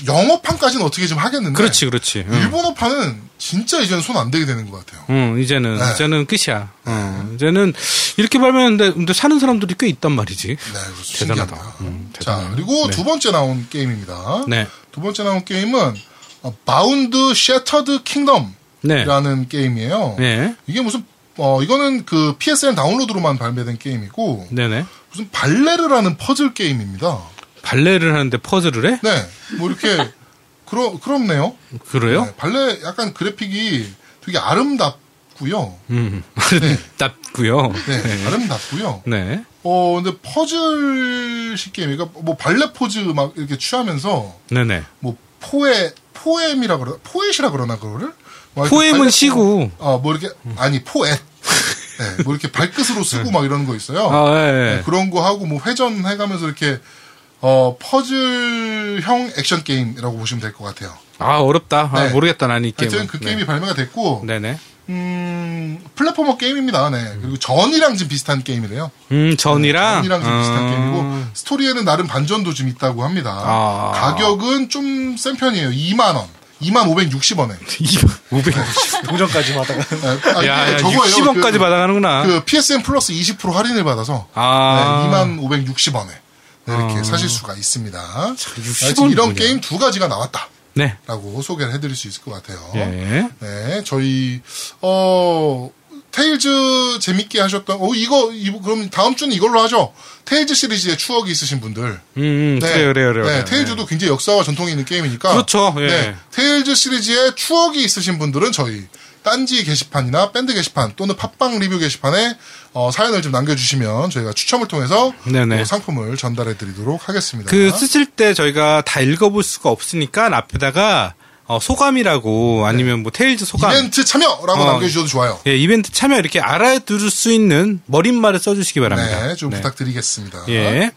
[SPEAKER 1] 영어판까지는 어떻게 좀 하겠는데.
[SPEAKER 2] 네. 음. 그렇지, 음. 그렇지. 응.
[SPEAKER 1] 일본어판은 진짜 이제는 손 안 대게 되는 것 같아요.
[SPEAKER 2] 응, 이제는
[SPEAKER 1] 네.
[SPEAKER 2] 이제는 끝이야. 어, 이제는 이렇게 발매했는데 근데 사는 사람들이 꽤 있단 말이지.
[SPEAKER 1] 네, 그래서
[SPEAKER 2] 대단하다.
[SPEAKER 1] 신기하다.
[SPEAKER 2] 음, 대단해요.
[SPEAKER 1] 자, 그리고
[SPEAKER 2] 네.
[SPEAKER 1] 두 번째 나온 게임입니다.
[SPEAKER 2] 네,
[SPEAKER 1] 두 번째 나온 게임은 어, 바운드 셔터드 킹덤이라는
[SPEAKER 2] 네,
[SPEAKER 1] 게임이에요.
[SPEAKER 2] 네,
[SPEAKER 1] 이게 무슨 어 이거는 그 PSN 다운로드로만 발매된 게임이고
[SPEAKER 2] 네, 네.
[SPEAKER 1] 무슨 발레르라는 퍼즐 게임입니다.
[SPEAKER 2] 발레를 하는데 퍼즐을 해?
[SPEAKER 1] 네, 뭐 이렇게 그러 그렇네요.
[SPEAKER 2] 그래요?
[SPEAKER 1] 네, 발레 약간 그래픽이 되게 아름답고요.
[SPEAKER 2] 음, 아름답고요.
[SPEAKER 1] 네,
[SPEAKER 2] 네.
[SPEAKER 1] 아름답고요.
[SPEAKER 2] 네,
[SPEAKER 1] 어, 근데 퍼즐식 게임, 그러니까 뭐 발레 포즈 막 이렇게 취하면서
[SPEAKER 2] 네, 네.
[SPEAKER 1] 뭐 포에 포엠이라 그러나 포엣이라 그러나 그거를 막 이렇게
[SPEAKER 2] 포엠은
[SPEAKER 1] 발레 포-
[SPEAKER 2] 시고.
[SPEAKER 1] 어, 뭐 이렇게 아니 포엣, 네, 뭐 이렇게 발끝으로 쓰고 막 이런 거 있어요.
[SPEAKER 2] 아, 예, 예.
[SPEAKER 1] 네, 그런 거 하고 뭐 회전 해가면서 이렇게 어 퍼즐형 액션 게임이라고 보시면 될 것 같아요.
[SPEAKER 2] 아 어렵다. 아,
[SPEAKER 1] 네.
[SPEAKER 2] 모르겠다, 난이 게임.
[SPEAKER 1] 하여튼 그 게임이 발매가 됐고
[SPEAKER 2] 네, 네.
[SPEAKER 1] 음, 플랫포머 게임입니다. 네. 그리고 전이랑 좀 비슷한 게임이래요.
[SPEAKER 2] 음, 전이랑.
[SPEAKER 1] 네, 전이랑 좀 비슷한
[SPEAKER 2] 어,
[SPEAKER 1] 게임이고 스토리에는 나름 반전도 좀 있다고 합니다.
[SPEAKER 2] 아.
[SPEAKER 1] 가격은 좀 센 편이에요. 2만 원. 2만 560원에. 아,
[SPEAKER 2] 이거 500.
[SPEAKER 4] 동전까지 받다가
[SPEAKER 2] 야, 야 60원까지 받아가는구나.
[SPEAKER 1] 그 네, PSN 플러스 20% 할인을 받아서
[SPEAKER 2] 아.
[SPEAKER 1] 2만 560원에 네, 이렇게 사실 수가 있습니다. 하여튼
[SPEAKER 2] 60원
[SPEAKER 1] 이런
[SPEAKER 2] 뭐냐.
[SPEAKER 1] 게임 두 가지가 나왔다라고
[SPEAKER 2] 네.
[SPEAKER 1] 소개를 해드릴 수 있을 것 같아요.
[SPEAKER 2] 예.
[SPEAKER 1] 네, 저희 어 테일즈 재밌게 하셨던 어 이거 이 그럼 다음 주는 이걸로 하죠. 테일즈 시리즈의 추억이 있으신 분들.
[SPEAKER 2] 음, 음 그래요, 그래요, 그래요.
[SPEAKER 1] 네,
[SPEAKER 2] 그래요.
[SPEAKER 1] 테일즈도 굉장히 역사와 전통이 있는 게임이니까.
[SPEAKER 2] 그렇죠, 예.
[SPEAKER 1] 네, 테일즈 시리즈의 추억이 있으신 분들은 저희 딴지 게시판이나 밴드 게시판 또는 팟빵 리뷰 게시판에 어, 사연을 좀 남겨주시면 저희가 추첨을 통해서
[SPEAKER 2] 네네.
[SPEAKER 1] 어, 상품을 전달해드리도록 하겠습니다.
[SPEAKER 2] 그 쓰실 때 저희가 다 읽어볼 수가 없으니까 앞에다가 어, 소감이라고 아니면 뭐 테일즈 소감.
[SPEAKER 1] 이벤트 참여라고
[SPEAKER 2] 어,
[SPEAKER 1] 남겨주셔도 좋아요.
[SPEAKER 2] 예, 이벤트 참여 이렇게 알아들을 수 있는 머릿말을 써주시기 바랍니다.
[SPEAKER 1] 네, 좀 부탁드리겠습니다.
[SPEAKER 2] 예.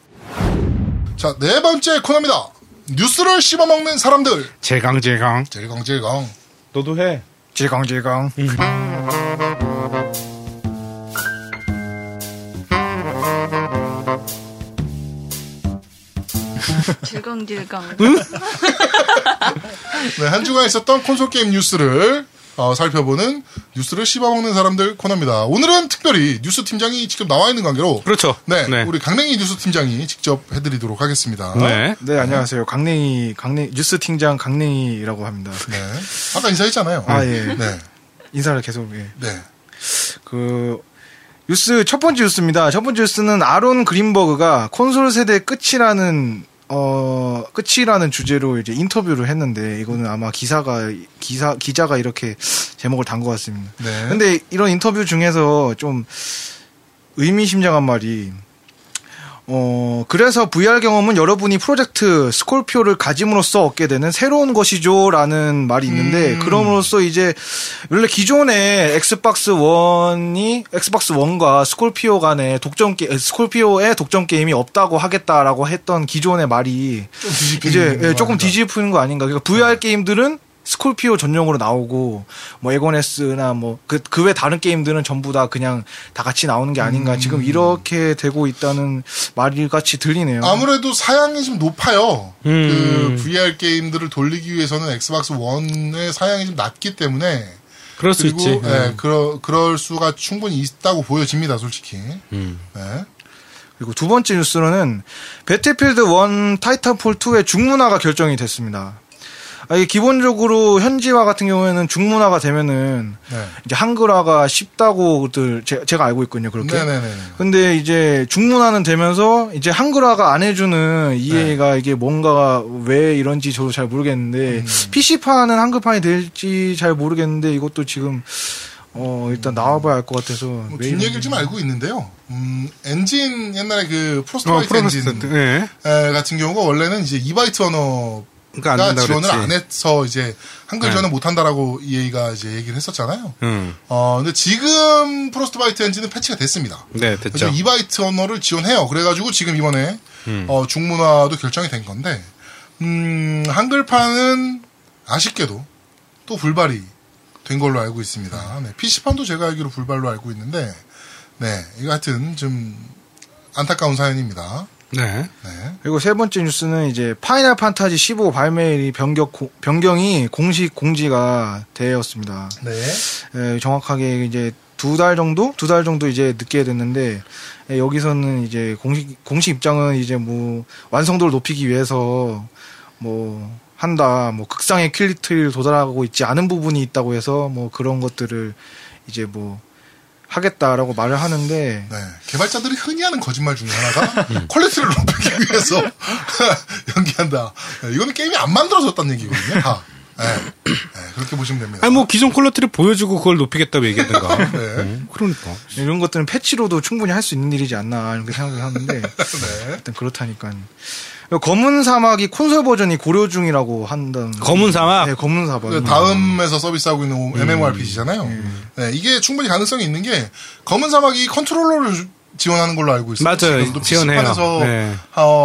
[SPEAKER 1] 자, 네 번째 코너입니다. 뉴스를 씹어먹는 사람들.
[SPEAKER 2] 제강, 제강.
[SPEAKER 1] 질겅질겅.
[SPEAKER 2] 너도 해.
[SPEAKER 4] 질겅질겅
[SPEAKER 3] 질겅질겅.
[SPEAKER 1] 네, 한 주간 있었던 콘솔 게임 뉴스를 어, 살펴보는 뉴스를 씹어먹는 사람들 코너입니다. 오늘은 특별히 뉴스 팀장이 직접 나와 있는 관계로
[SPEAKER 2] 그렇죠.
[SPEAKER 1] 네,
[SPEAKER 2] 네.
[SPEAKER 1] 우리 어? 강냉이 뉴스 팀장이 직접 해드리도록 하겠습니다.
[SPEAKER 2] 네.
[SPEAKER 4] 네 안녕하세요 강냉이 강냉 뉴스 팀장 강냉이라고 합니다
[SPEAKER 1] 네. 아까 인사했잖아요.
[SPEAKER 4] 아, 예.
[SPEAKER 1] 네.
[SPEAKER 4] 인사를 계속 예.
[SPEAKER 1] 네.
[SPEAKER 4] 그 뉴스 첫 번째 뉴스입니다. 첫 번째 뉴스는 아론 그린버그가 콘솔 세대 끝이라는 어 끝이라는 주제로 이제 인터뷰를 했는데 이거는 아마 기사가 기사 기자가 이렇게 제목을 단 것 같습니다.
[SPEAKER 1] 네.
[SPEAKER 4] 근데 이런 인터뷰 중에서 좀 의미심장한 말이 어 그래서 VR 경험은 여러분이 프로젝트 스콜피오를 가짐으로써 얻게 되는 새로운 것이죠라는 말이 있는데
[SPEAKER 1] 음.
[SPEAKER 4] 그럼으로써 이제 원래 기존에 엑스박스 1이 엑스박스 1과 스콜피오 간의 독점 게 스콜피오의 독점 게임이 없다고 하겠다라고 했던 기존의 말이
[SPEAKER 1] 좀 뒤집히는
[SPEAKER 4] 이제 예,
[SPEAKER 1] 거
[SPEAKER 4] 조금
[SPEAKER 1] 아닌가.
[SPEAKER 4] 뒤집히는 거 아닌가.
[SPEAKER 1] 네.
[SPEAKER 4] 그러니까 VR 게임들은 스콜피오 전용으로 나오고 뭐 에고네스나 뭐 그 그 외 다른 게임들은 전부 다 그냥 다 같이 나오는 게 아닌가. 지금
[SPEAKER 1] 음.
[SPEAKER 4] 이렇게 되고 있다는 말이 같이 들리네요.
[SPEAKER 1] 아무래도 사양이 좀 높아요.
[SPEAKER 2] 음.
[SPEAKER 1] 그 VR 게임들을 돌리기 위해서는 엑스박스 1의 사양이 좀 낮기 때문에
[SPEAKER 2] 그럴 수
[SPEAKER 1] 그리고
[SPEAKER 2] 있지. 음.
[SPEAKER 1] 예, 그러, 그럴 수가 충분히 있다고 보여집니다, 솔직히.
[SPEAKER 2] 음.
[SPEAKER 1] 네.
[SPEAKER 4] 그리고 두 번째 뉴스로는 배틀필드 1 타이탄폴 2의 중문화가 결정이 됐습니다. 아, 이게 기본적으로 현지화 같은 경우에는 중문화가 되면은
[SPEAKER 1] 네.
[SPEAKER 4] 이제 한글화가 쉽다고들 제, 제가 알고 있거든요. 그렇게.
[SPEAKER 1] 네네네.
[SPEAKER 4] 근데 이제 중문화는 되면서 이제 한글화가 안
[SPEAKER 1] 네.
[SPEAKER 4] 해주는 이해가 이게 뭔가 왜 이런지 저도 잘 모르겠는데
[SPEAKER 1] 음.
[SPEAKER 4] PC판은 한글판이 될지 잘 모르겠는데 이것도 지금 어 일단 나와봐야 알 것 같아서
[SPEAKER 1] 뭐
[SPEAKER 4] 왜 이런지.
[SPEAKER 1] 뒷얘기를 좀 알고 있는데요. 음, 엔진 옛날에 그 프로스트
[SPEAKER 2] 어,
[SPEAKER 1] 바이트 엔진
[SPEAKER 2] 프로세스트. 예.
[SPEAKER 1] 에, 같은 경우가 원래는 이제 2바이트 언어
[SPEAKER 2] 그러니까 안
[SPEAKER 1] 가
[SPEAKER 2] 된다
[SPEAKER 1] 지원을
[SPEAKER 2] 그랬지.
[SPEAKER 1] 안 해서 이제 한글
[SPEAKER 2] 네.
[SPEAKER 1] 지원을 못 한다라고 EA가 이제 얘기를 했었잖아요.
[SPEAKER 2] 음.
[SPEAKER 1] 어, 근데 지금 프로스트 바이트 엔진은 패치가 됐습니다.
[SPEAKER 2] 네,
[SPEAKER 1] 그래서
[SPEAKER 2] 됐죠.
[SPEAKER 1] 2바이트 언어를 지원해요. 그래가지고 지금 이번에 어, 중문화도 결정이 된 건데, 음, 한글판은 아쉽게도 또 불발이 된 걸로 알고 있습니다. 네, PC판도 제가 알기로 불발로 알고 있는데, 네, 이거 하여튼 좀 안타까운 사연입니다.
[SPEAKER 2] 네.
[SPEAKER 1] 네.
[SPEAKER 4] 그리고 세 번째 뉴스는 이제 파이널 판타지 15 발매일이 변경 고- 변경이 공식 공지가 되었습니다.
[SPEAKER 1] 네.
[SPEAKER 4] 에, 정확하게 이제 두 달 정도 두 달 정도 이제 늦게 됐는데 에, 여기서는 이제 공식 공식 입장은 이제 뭐 완성도를 높이기 위해서 뭐 한다 뭐 극상의 퀄리티를 도달하고 있지 않은 부분이 있다고 해서 뭐 그런 것들을 이제 뭐 하겠다라고 말을 하는데
[SPEAKER 1] 네. 개발자들이 흔히 하는 거짓말 중에 하나가 퀄리티를 높이기 위해서 연기한다. 네, 이거는 게임이 안 만들어졌다는 얘기거든요. 다. 네. 네, 그렇게 보시면 됩니다.
[SPEAKER 2] 아니 뭐 기존 퀄리티를 보여주고 그걸 높이겠다고 얘기하던가.
[SPEAKER 1] 네.
[SPEAKER 2] 음, 그러니까.
[SPEAKER 4] 이런 것들은 패치로도 충분히 할 수 있는 일이지 않나 이렇게 생각을 하는데
[SPEAKER 1] 네.
[SPEAKER 4] 일단 그렇다니까 검은 사막이 콘솔 버전이 고려 중이라고 한다는
[SPEAKER 2] 검은 사막?
[SPEAKER 4] 네 검은 사막
[SPEAKER 1] 그 다음에서 서비스하고 있는 MMORPG잖아요.
[SPEAKER 2] 음.
[SPEAKER 1] 네, 이게 충분히 가능성이 있는 게 검은 사막이 컨트롤러를 주- 지원하는 걸로 알고 있어요.
[SPEAKER 2] 맞아요.
[SPEAKER 1] 지금도
[SPEAKER 2] 지원해요.
[SPEAKER 1] PC판에서 어,
[SPEAKER 2] 네.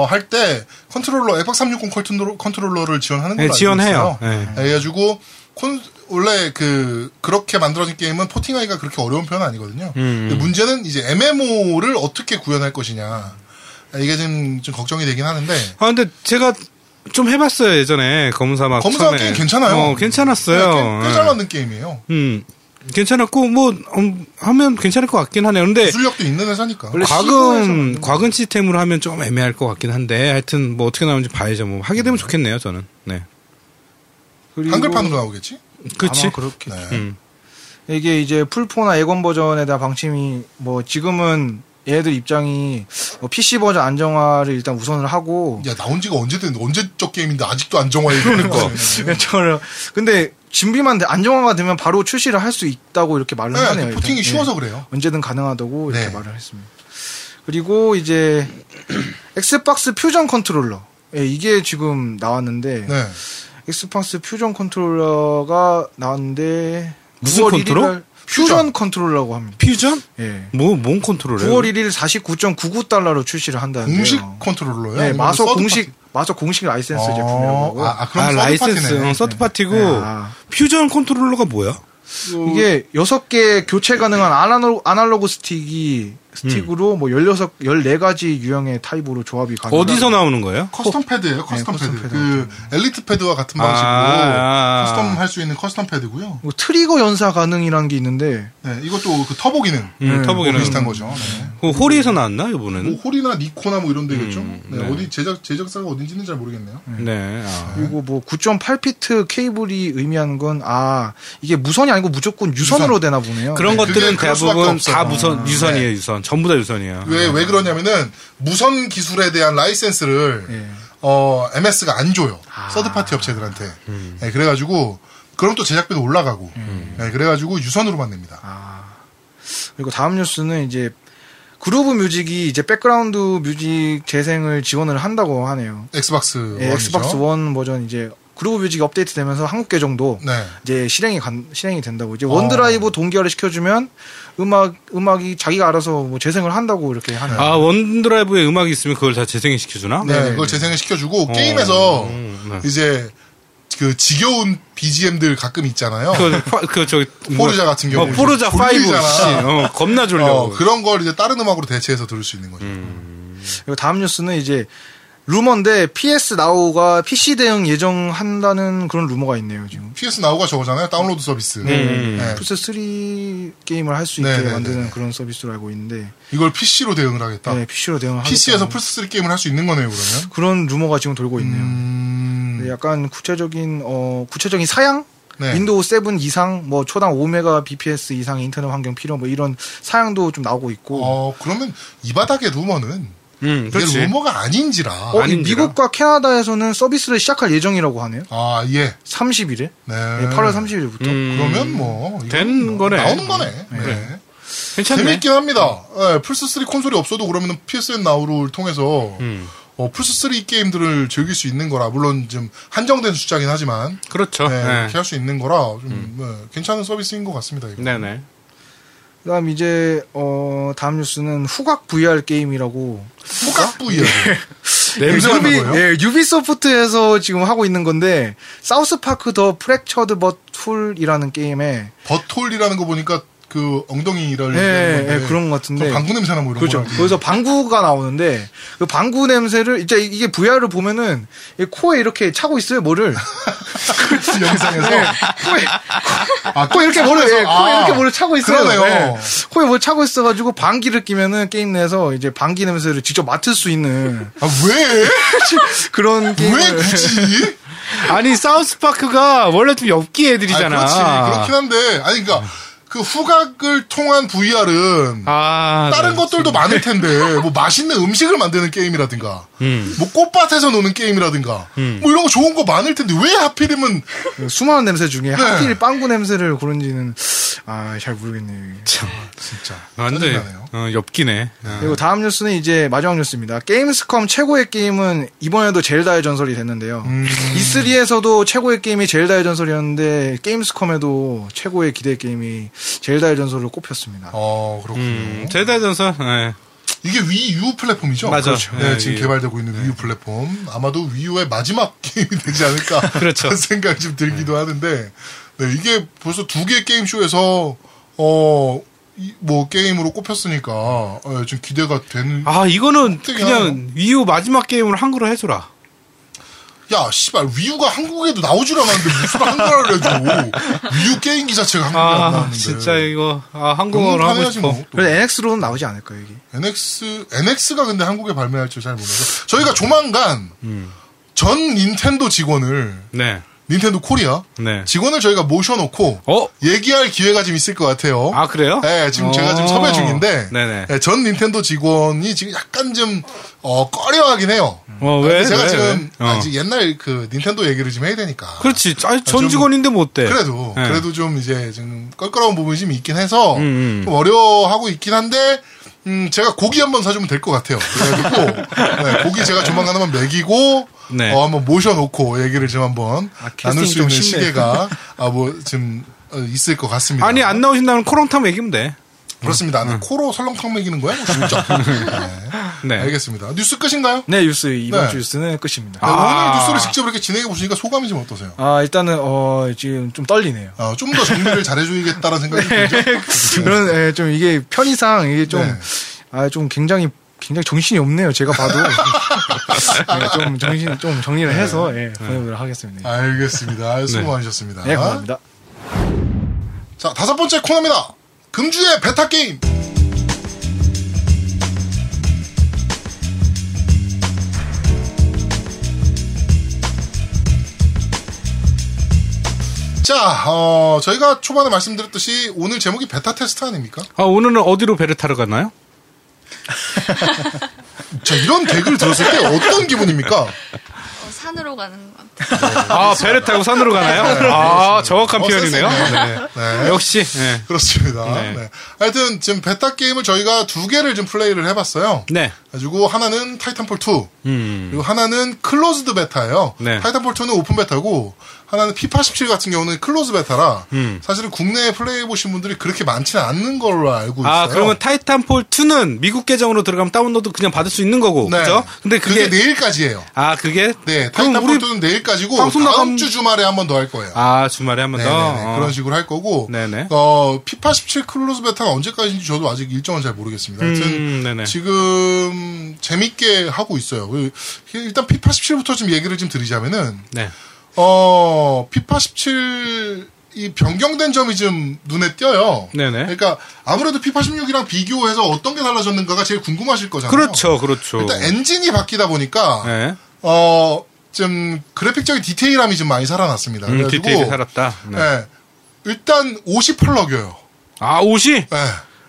[SPEAKER 1] 할 때 컨트롤러 엑박 360 컨트롤- 컨트롤러를 지원하는 걸로
[SPEAKER 2] 네, 지원해요.
[SPEAKER 1] 알고 있어요. 그래가지고 콘- 원래 그 그렇게 만들어진 게임은 포팅하기가 그렇게 어려운 편은 아니거든요.
[SPEAKER 2] 음.
[SPEAKER 1] 근데 문제는 이제 MMO를 어떻게 구현할 것이냐 이게 좀, 좀 걱정이 되긴 하는데
[SPEAKER 2] 아 근데 제가 좀 해봤어요 예전에 검은 사막.
[SPEAKER 1] 검은 사막
[SPEAKER 2] 처음에.
[SPEAKER 1] 게임 괜찮아요. 네,
[SPEAKER 2] 어, 괜찮았어요. 네.
[SPEAKER 1] 꽤, 꽤잘 만든 게임이에요.
[SPEAKER 2] 음, 괜찮았고 뭐 음, 하면 괜찮을 것 같긴 하네요. 근데
[SPEAKER 1] 기술력도 있는 회사니까.
[SPEAKER 2] 과금 과금 시스템으로 하면 좀 애매할 것 같긴 한데 하여튼 뭐 어떻게 나오는지 봐야죠. 뭐 하게 되면 좋겠네요. 저는. 네.
[SPEAKER 4] 그리고
[SPEAKER 1] 한글판으로 나오겠지?
[SPEAKER 2] 그렇지.
[SPEAKER 4] 아마 그렇게
[SPEAKER 1] 네.
[SPEAKER 2] 음.
[SPEAKER 4] 이게 이제 풀포나 예건 버전에 대한 방침이 뭐 지금은 얘들 입장이 뭐 PC 버전 안정화를 일단 우선을 하고
[SPEAKER 1] 야 나온 지가 언제 됐는데 언제적 게임인데 아직도 안정화 그러니까. 얘기하는
[SPEAKER 4] 그러니까.
[SPEAKER 1] 거야.
[SPEAKER 4] 저는 근데 준비만 돼- 안정화가 되면 바로 출시를 할 수 있다고 이렇게 말을 하네요.
[SPEAKER 1] 네,
[SPEAKER 4] 일단.
[SPEAKER 1] 포팅이
[SPEAKER 4] 예.
[SPEAKER 1] 쉬워서 그래요.
[SPEAKER 4] 언제든 가능하다고 이렇게
[SPEAKER 1] 네.
[SPEAKER 4] 말을 했습니다. 그리고 이제 엑스박스 퓨전 컨트롤러 예, 이게 지금 나왔는데
[SPEAKER 1] 네.
[SPEAKER 4] 엑스박스 퓨전 컨트롤러가 나왔는데
[SPEAKER 2] 무슨
[SPEAKER 4] 9월
[SPEAKER 2] 컨트롤?
[SPEAKER 4] 1일 날 퓨전 컨트롤러라고 합니다.
[SPEAKER 2] 퓨전?
[SPEAKER 4] 예.
[SPEAKER 2] 뭐 뭔 컨트롤이에요?
[SPEAKER 4] 9월 1일 49.99달러로 출시를 한다는데요.
[SPEAKER 1] 공식 컨트롤러요.
[SPEAKER 4] 네,
[SPEAKER 1] 아니면
[SPEAKER 4] 마소
[SPEAKER 1] 서드
[SPEAKER 4] 공식 마소 공식 라이센스
[SPEAKER 1] 어,
[SPEAKER 4] 제품이라고.
[SPEAKER 1] 아, 아, 그럼
[SPEAKER 2] 아
[SPEAKER 1] 서드
[SPEAKER 2] 라이센스
[SPEAKER 1] 파티네.
[SPEAKER 2] 어, 서드 파티고
[SPEAKER 4] 네, 아.
[SPEAKER 2] 퓨전 컨트롤러가 뭐야?
[SPEAKER 4] 이게 여섯 개 교체 가능한 아날로, 아날로그 스틱이 스틱으로 뭐 16, 14가지 유형의 타입으로 조합이
[SPEAKER 1] 아,
[SPEAKER 4] 가능.
[SPEAKER 2] 어디서 나오는 거예요?
[SPEAKER 1] 커스텀 패드예요. 커스텀
[SPEAKER 4] 커스텀
[SPEAKER 1] 패드.
[SPEAKER 4] 패드.
[SPEAKER 1] 그 엘리트 패드와 같은
[SPEAKER 2] 아,
[SPEAKER 1] 방식으로
[SPEAKER 2] 아, 아.
[SPEAKER 1] 커스텀 할 수 있는 커스텀 패드고요.
[SPEAKER 4] 뭐 트리거 연사 가능이라는 게 있는데
[SPEAKER 1] 네, 이것도 그 터보 기능
[SPEAKER 2] 음,
[SPEAKER 4] 네,
[SPEAKER 2] 터보기는
[SPEAKER 1] 비슷한 거죠. 네.
[SPEAKER 2] 그 호리에서 나왔나
[SPEAKER 1] 뭐
[SPEAKER 4] 음.
[SPEAKER 2] 이번에는?
[SPEAKER 1] 홀이나 니코나 뭐 이런 데겠죠.
[SPEAKER 2] 음,
[SPEAKER 1] 네,
[SPEAKER 2] 네.
[SPEAKER 1] 어디 제작 제작사가 어딘지는 잘 모르겠네요.
[SPEAKER 2] 네. 아.
[SPEAKER 4] 그리고 뭐 9.8피트 케이블이 의미하는 건 아 이게 무선이 아니고 무조건 유선으로 되나 보네요.
[SPEAKER 2] 그런
[SPEAKER 1] 네,
[SPEAKER 2] 것들은
[SPEAKER 1] 그게 그럴 수밖에
[SPEAKER 2] 대부분
[SPEAKER 1] 없어요.
[SPEAKER 2] 다 무선
[SPEAKER 1] 아,
[SPEAKER 2] 유선이에요 유선 전부 다
[SPEAKER 4] 아.
[SPEAKER 2] 유선이에요.
[SPEAKER 1] 왜 왜 그러냐면은 무선 기술에 대한 라이센스를
[SPEAKER 4] 예.
[SPEAKER 1] 어, MS가 안 줘요. 서드파티 업체들한테. 네, 그래가지고, 그럼 또 제작비도 올라가고. 네, 그래가지고 유선으로만 냅니다.
[SPEAKER 4] 아. 그리고 다음 뉴스는 이제 그루브 뮤직이 이제 백그라운드 뮤직 재생을 지원을 한다고 하네요.
[SPEAKER 1] 엑스박스.
[SPEAKER 4] 예, 엑스박스 원 버전 이제 그루브 뮤직이 업데이트 되면서 한국 개 정도
[SPEAKER 1] 네.
[SPEAKER 4] 이제 실행이 간- 실행이 된다고
[SPEAKER 1] 아.
[SPEAKER 4] 이제 원드라이브 동기화를 시켜주면 음악 음악이 자기가 알아서 뭐 재생을 한다고 이렇게 하는.
[SPEAKER 2] 아 원드라이브에 음악이 있으면 그걸 다 재생이 시켜주나?
[SPEAKER 1] 네,
[SPEAKER 4] 네네네.
[SPEAKER 1] 그걸 재생을 시켜주고, 게임에서
[SPEAKER 2] 음, 네.
[SPEAKER 1] 이제 그 지겨운 BGM들 가끔 있잖아요.
[SPEAKER 2] 그, 파- 그 저기 뭐-
[SPEAKER 1] 포르자 같은 경우
[SPEAKER 2] 어, 포르자
[SPEAKER 1] 이제
[SPEAKER 2] 5
[SPEAKER 1] 졸리잖아.
[SPEAKER 2] 씨. 어, 겁나 졸려.
[SPEAKER 1] 어, 그런 걸 이제 다른 음악으로 대체해서 들을 수 있는 거죠.
[SPEAKER 4] 그리고 다음 뉴스는 이제 루머인데 PS 나우가 PC 대응 예정한다는 그런 루머가 있네요 지금.
[SPEAKER 1] PS 나우가 저거잖아요. 다운로드 서비스. 네,
[SPEAKER 4] 플스 3 게임을 할 수 있게
[SPEAKER 1] 네네네네.
[SPEAKER 4] 만드는 그런 서비스로 알고 있는데
[SPEAKER 1] 이걸 PC로 대응을 하겠다.
[SPEAKER 4] 네, PC로 대응을
[SPEAKER 1] PC에서
[SPEAKER 4] 하겠다는
[SPEAKER 1] 플스3 게임을 할 수 있는 거네요, 그러면.
[SPEAKER 4] 그런 루머가 지금 돌고 있네요.
[SPEAKER 1] 음,
[SPEAKER 4] 근데 약간 구체적인 어 구체적인 사양
[SPEAKER 1] 네.
[SPEAKER 4] 윈도우 7 이상 뭐 초당 5메가 bps 이상의 인터넷 환경 필요 뭐 이런 사양도 좀 나오고 있고
[SPEAKER 1] 어, 그러면 이 바닥의 루머는
[SPEAKER 2] 음,
[SPEAKER 1] 이게
[SPEAKER 2] 그렇지.
[SPEAKER 1] 루머가 아닌지라.
[SPEAKER 4] 어, 이
[SPEAKER 2] 아닌지라.
[SPEAKER 4] 미국과 캐나다에서는 서비스를 시작할 예정이라고 하네요.
[SPEAKER 1] 아, 예.
[SPEAKER 4] 30일에
[SPEAKER 1] 네.
[SPEAKER 4] 8월 30일부터.
[SPEAKER 2] 음,
[SPEAKER 1] 그러면 뭐. 이거
[SPEAKER 2] 된
[SPEAKER 1] 뭐
[SPEAKER 2] 거네.
[SPEAKER 1] 나오는
[SPEAKER 4] 음,
[SPEAKER 1] 거네. 네.
[SPEAKER 2] 괜찮네.
[SPEAKER 1] 재밌긴 합니다. 예, 플스3 콘솔이 없어도 그러면 PSN 나우를 통해서
[SPEAKER 2] 음,
[SPEAKER 1] 어, 플스3 게임들을 즐길 수 있는 거라. 물론 좀 한정된 숫자긴 하지만.
[SPEAKER 4] 어,
[SPEAKER 2] 그렇죠.
[SPEAKER 1] 네,
[SPEAKER 2] 네.
[SPEAKER 1] 이렇게 할 수 있는 거라 좀
[SPEAKER 4] 음.
[SPEAKER 1] 네, 괜찮은 서비스인 것 같습니다. 이거.
[SPEAKER 2] 네, 네.
[SPEAKER 4] 그다음 이제 어 다음 뉴스는 후각 VR 게임이라고
[SPEAKER 1] 후각
[SPEAKER 4] 어?
[SPEAKER 1] VR.
[SPEAKER 2] 냄새가
[SPEAKER 1] 유비-
[SPEAKER 2] 나고요.
[SPEAKER 1] 뭐예요?
[SPEAKER 4] 예, 유비소프트에서 지금 하고 있는 건데 사우스 파크 더 프랙처드 버툴이라는 게임에
[SPEAKER 1] 버톨이라는 거 보니까 그 엉덩이를
[SPEAKER 4] 예,
[SPEAKER 1] 얘기하는 건데
[SPEAKER 4] 예, 그런 것 같은데.
[SPEAKER 1] 그럼 방구 냄새나 뭐 이런
[SPEAKER 4] 그렇죠.
[SPEAKER 1] 거.
[SPEAKER 4] 거기서 방구가 나오는데 그 방구 냄새를 이제 이게 VR을 보면은 이 코에 이렇게 차고 있어요 뭐를 네,
[SPEAKER 1] 그 영상에서
[SPEAKER 4] 코에
[SPEAKER 1] 아,
[SPEAKER 4] 코에 이렇게 뭐를 예,
[SPEAKER 1] 아,
[SPEAKER 4] 코에 이렇게 뭐를 차고 있어요.
[SPEAKER 1] 그러네요.
[SPEAKER 4] 예. 코에 뭘 차고 있어가지고 방귀를 끼면은 게임 내에서 이제 방귀 냄새를 직접 맡을 수 있는
[SPEAKER 1] 아, 왜?
[SPEAKER 4] 그런 게임.
[SPEAKER 1] 왜 굳이?
[SPEAKER 2] 아니 사우스파크가 원래 좀 엽기 애들이잖아.
[SPEAKER 1] 그렇지. 그렇긴 한데. 아니, 그니까, 그 후각을 통한 VR은
[SPEAKER 2] 아,
[SPEAKER 1] 다른
[SPEAKER 2] 네.
[SPEAKER 1] 것들도 많을 텐데, 뭐 맛있는 음식을 만드는 게임이라든가,
[SPEAKER 2] 음.
[SPEAKER 1] 뭐 꽃밭에서 노는 게임이라든가, 뭐 이런 거 좋은 거 많을 텐데, 왜 하필이면
[SPEAKER 4] 그 수많은 냄새
[SPEAKER 1] 네.
[SPEAKER 4] 중에 하필 빵구 냄새를 고른지는 아 잘 모르겠네요. 이게.
[SPEAKER 1] 진짜
[SPEAKER 2] 완전
[SPEAKER 1] 짜증나네요.
[SPEAKER 2] 어, 엽기네. 어.
[SPEAKER 4] 그리고 다음 뉴스는 이제 마지막 뉴스입니다. 게임스컴 최고의 게임은 이번에도 젤다의 전설이 됐는데요. E3에서도 최고의 게임이 젤다의 전설이었는데 게임스컴에도 최고의 기대 게임이 젤다의 전설로 꼽혔습니다.
[SPEAKER 1] 어 그렇군요.
[SPEAKER 2] 음, 제다전설. 네.
[SPEAKER 1] 이게 위유 플랫폼이죠.
[SPEAKER 2] 맞아.
[SPEAKER 1] 그렇죠. 네,
[SPEAKER 2] 네,
[SPEAKER 1] 지금
[SPEAKER 2] 이-
[SPEAKER 1] 개발되고 있는 위유 플랫폼 아마도 위유의 마지막 게임이 되지 않을까
[SPEAKER 2] 그렇죠.
[SPEAKER 1] 그런 생각이 좀 들기도 하는데 네, 이게 벌써 두 개 게임 쇼에서 어. 이- 뭐 게임으로 꼽혔으니까 예, 좀 기대가 되는
[SPEAKER 2] 아 이거는
[SPEAKER 1] 어떻게
[SPEAKER 2] 그냥 위유 마지막 게임을 한글로 해줘라.
[SPEAKER 1] 야 씨발 위유가 한국에도 나오질 않았는데 무슨 한글을 해도 위유 게임기 자체가 한국에 안
[SPEAKER 2] 아
[SPEAKER 1] 나왔는데
[SPEAKER 2] 진짜 이거 아,
[SPEAKER 1] 네,
[SPEAKER 2] 한국어로
[SPEAKER 1] 영문판
[SPEAKER 2] 하고
[SPEAKER 1] 해야지
[SPEAKER 2] 싶어.
[SPEAKER 1] 뭐 또.
[SPEAKER 4] 그래서 NX로는 나오지 않을까요, 여기?
[SPEAKER 1] NX, NX가 근데 한국에 발매할 줄 잘 몰라서. 저희가 조만간
[SPEAKER 2] 음.
[SPEAKER 1] 전 닌텐도 직원을,
[SPEAKER 2] 네,
[SPEAKER 1] 닌텐도 코리아
[SPEAKER 2] 네.
[SPEAKER 1] 직원을 저희가 모셔놓고
[SPEAKER 2] 어?
[SPEAKER 1] 얘기할 기회가 좀 있을 것 같아요.
[SPEAKER 2] 아 그래요?
[SPEAKER 1] 네, 지금 제가 지금
[SPEAKER 2] 어.
[SPEAKER 1] 섭외 중인데
[SPEAKER 2] 네네.
[SPEAKER 1] 네, 전 닌텐도 직원이 지금 약간 좀 어, 꺼려하긴 해요.
[SPEAKER 2] 어 왜?
[SPEAKER 1] 제가
[SPEAKER 2] 왜,
[SPEAKER 1] 지금
[SPEAKER 2] 왜? 어. 그러니까
[SPEAKER 1] 아직 옛날 그 닌텐도 얘기를 좀 해야 되니까.
[SPEAKER 2] 그렇지. 아니,
[SPEAKER 1] 좀-
[SPEAKER 2] 전 직원인데 뭐 어때?
[SPEAKER 1] 그래도
[SPEAKER 2] 네.
[SPEAKER 1] 그래도 좀 이제 좀 껄끄러운 부분이 좀 있긴 해서
[SPEAKER 2] 음, 음.
[SPEAKER 1] 좀 어려워하고 있긴 한데 음 제가 고기 한번 사주면 될 것 같아요. 그래가지고 네, 고기 제가 조만간 한번 먹이고
[SPEAKER 2] 네.
[SPEAKER 1] 어, 한번 모셔놓고 얘기를 좀 한번
[SPEAKER 4] 아, 캐스팅
[SPEAKER 1] 나눌 수
[SPEAKER 4] 좀
[SPEAKER 1] 있는
[SPEAKER 4] 쉽네.
[SPEAKER 1] 시계가 아뭐 지금 어, 있을 것 같습니다.
[SPEAKER 2] 아니 안 나오신다면 코롱탕 먹이면 돼.
[SPEAKER 1] 그렇습니다. 아니, 코로 설렁탕 먹이는 거야? 뭐 진짜. 네.
[SPEAKER 2] 네.
[SPEAKER 1] 알겠습니다. 뉴스 끝인가요?
[SPEAKER 4] 네, 뉴스 이번
[SPEAKER 1] 네.
[SPEAKER 4] 주 뉴스는 끝입니다.
[SPEAKER 1] 네,
[SPEAKER 4] 아,
[SPEAKER 2] 아.
[SPEAKER 1] 오늘 뉴스를 직접 이렇게 진행해 보시니까 소감이 좀 어떠세요? 아,
[SPEAKER 4] 일단은 어 지금 좀 떨리네요.
[SPEAKER 1] 좀 더 정리를 잘해줘야겠다라는 생각이 들죠.
[SPEAKER 4] 그런 예, 좀 이게 편의상 이게 좀
[SPEAKER 1] 네.
[SPEAKER 4] 아, 좀 굉장히 굉장히 정신이 없네요. 제가 봐도 예, 좀 정신 좀 정리를 해서 예, 보내보도록 하겠습니다.
[SPEAKER 1] 알겠습니다. 아유, 수고
[SPEAKER 2] 네.
[SPEAKER 1] 많으셨습니다.
[SPEAKER 4] 네, 감사합니다.
[SPEAKER 1] 자, 다섯 번째 코너입니다. 금주의 베타 게임. 자, 어, 저희가 초반에 말씀드렸듯이 오늘 제목이 베타 테스트 아닙니까?
[SPEAKER 2] 아 오늘은 어디로 배를 타러 갔나요?
[SPEAKER 1] 자, 이런 댓글 들었을 때 어떤 기분입니까?
[SPEAKER 3] 어, 산으로 가는 것 같아요.
[SPEAKER 2] 아 배를 타고 산으로 가나요? 아 정확한
[SPEAKER 1] 어,
[SPEAKER 2] 표현이네요.
[SPEAKER 1] 센스네.
[SPEAKER 2] 네.
[SPEAKER 1] 네.
[SPEAKER 2] 역시. 네.
[SPEAKER 1] 그렇습니다.
[SPEAKER 2] 네.
[SPEAKER 1] 네. 하여튼 지금 베타 게임을 저희가 두 개를 좀 플레이를 해봤어요.
[SPEAKER 2] 네.
[SPEAKER 1] 가지고 하나는 타이탄폴 2,
[SPEAKER 2] 음.
[SPEAKER 1] 그리고 하나는 클로즈드 베타예요.
[SPEAKER 2] 네.
[SPEAKER 1] 타이탄폴 2는 오픈 베타고 하나는 피파 17 같은 경우는 클로즈 베타라
[SPEAKER 2] 음.
[SPEAKER 1] 사실은 국내에 플레이해 보신 분들이 그렇게 많지는 않는 걸로 알고 있어요.
[SPEAKER 2] 아 그러면 타이탄폴 2는 미국 계정으로 들어가면 다운로드 그냥 받을 수 있는 거고.
[SPEAKER 1] 네.
[SPEAKER 2] 그죠? 근데 그게,
[SPEAKER 1] 내일까지예요.
[SPEAKER 2] 아 그게
[SPEAKER 1] 네,
[SPEAKER 2] 그럼
[SPEAKER 1] 타이탄폴
[SPEAKER 2] 우리
[SPEAKER 1] 2는 내일까지고
[SPEAKER 2] 방송
[SPEAKER 1] 다음
[SPEAKER 2] 나가면-
[SPEAKER 1] 주 주말에 한 번 더 할 거예요.
[SPEAKER 2] 아 주말에 한 번 더.
[SPEAKER 1] 네네네.
[SPEAKER 2] 어.
[SPEAKER 1] 그런 식으로 할 거고
[SPEAKER 2] 네네.
[SPEAKER 1] 어 피파 17 클로즈 베타가 언제까지인지 저도 아직 일정은 잘 모르겠습니다. 하여튼
[SPEAKER 2] 음, 네네.
[SPEAKER 1] 지금 재밌게 하고 있어요. 그- 일단 피파 17부터 좀 얘기를 좀 드리자면은
[SPEAKER 2] 네.
[SPEAKER 1] 어 피파 17이 변경된 점이 좀 눈에 띄어요.
[SPEAKER 2] 네네.
[SPEAKER 1] 그러니까 아무래도 피파 16이랑 비교해서 어떤 게 달라졌는가가 제일 궁금하실 거잖아요.
[SPEAKER 2] 그렇죠, 그렇죠.
[SPEAKER 1] 일단 엔진이 바뀌다 보니까
[SPEAKER 2] 네.
[SPEAKER 1] 어, 좀 그래픽적인 디테일함이 좀 많이 살아났습니다.
[SPEAKER 2] 음,
[SPEAKER 1] 그래가지고
[SPEAKER 2] 디테일이 살았다. 네.
[SPEAKER 1] 예, 일단 옷이 펄럭여요.
[SPEAKER 2] 아 옷이.
[SPEAKER 1] 예.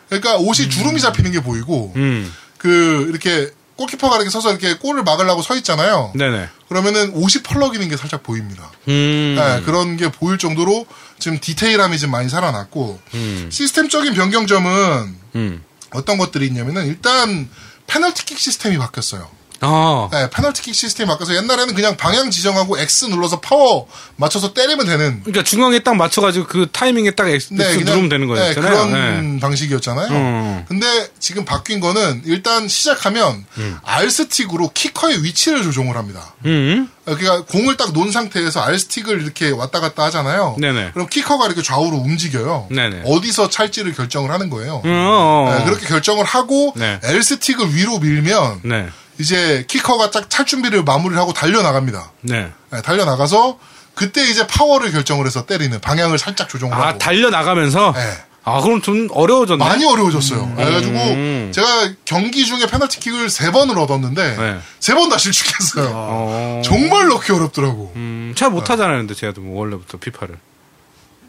[SPEAKER 1] 그러니까 옷이 주름이 잡히는 게 보이고
[SPEAKER 2] 음.
[SPEAKER 1] 그 이렇게 골키퍼가 이렇게 서서 이렇게 골을 막으려고 서 있잖아요.
[SPEAKER 2] 네네.
[SPEAKER 1] 그러면은 옷이 펄럭이는 게 살짝 보입니다.
[SPEAKER 2] 음.
[SPEAKER 1] 예, 그런 게 보일 정도로 지금 디테일함이 좀 많이 살아났고
[SPEAKER 2] 음.
[SPEAKER 1] 시스템적인 변경점은
[SPEAKER 2] 음.
[SPEAKER 1] 어떤 것들이 있냐면은 일단 페널티킥 시스템이 바뀌었어요.
[SPEAKER 2] 어.
[SPEAKER 1] 네, 페널티킥 시스템이 바뀌어서 옛날에는 그냥 방향 지정하고 X 눌러서 파워 맞춰서 때리면 되는
[SPEAKER 2] 그러니까 중앙에 딱 맞춰가지고 그 타이밍에 딱 X,
[SPEAKER 1] 네,
[SPEAKER 2] X 누르면 되는
[SPEAKER 1] 네,
[SPEAKER 2] 거였잖아요.
[SPEAKER 1] 그런 방식이었잖아요.
[SPEAKER 2] 음.
[SPEAKER 1] 근데 지금 바뀐 거는 일단 시작하면 R 스틱으로 키커의 위치를 조종을 합니다.
[SPEAKER 2] 음.
[SPEAKER 1] 그러니까 공을 딱 놓은 상태에서 R 스틱을 이렇게 왔다 갔다 하잖아요.
[SPEAKER 2] 네네.
[SPEAKER 1] 그럼 키커가 이렇게 좌우로 움직여요.
[SPEAKER 2] 네네.
[SPEAKER 1] 어디서 찰지를 결정을 하는 거예요.
[SPEAKER 2] 음, 어.
[SPEAKER 1] 네, 그렇게 결정을 하고
[SPEAKER 2] 네.
[SPEAKER 1] L 스틱을 위로 밀면
[SPEAKER 2] 네.
[SPEAKER 1] 이제 키커가 딱 찰 준비를 마무리를 하고 달려 나갑니다.
[SPEAKER 2] 네.
[SPEAKER 1] 달려 나가서 그때 이제 파워를 결정을 해서 때리는 방향을 살짝 조정을
[SPEAKER 2] 아
[SPEAKER 1] 하고
[SPEAKER 2] 달려 나가면서.
[SPEAKER 1] 네.
[SPEAKER 2] 아 그럼 좀 어려워졌네.
[SPEAKER 1] 많이 어려워졌어요. 그래가지고
[SPEAKER 2] 음.
[SPEAKER 1] 제가 경기 중에 페널티킥을 세 번을 얻었는데
[SPEAKER 2] 네.
[SPEAKER 1] 세 번 다 실축했어요.
[SPEAKER 4] 아.
[SPEAKER 2] 어.
[SPEAKER 1] 정말 넣기 어렵더라고.
[SPEAKER 2] 음, 잘 못하잖아요, 근데 제가 뭐 원래부터 피파를.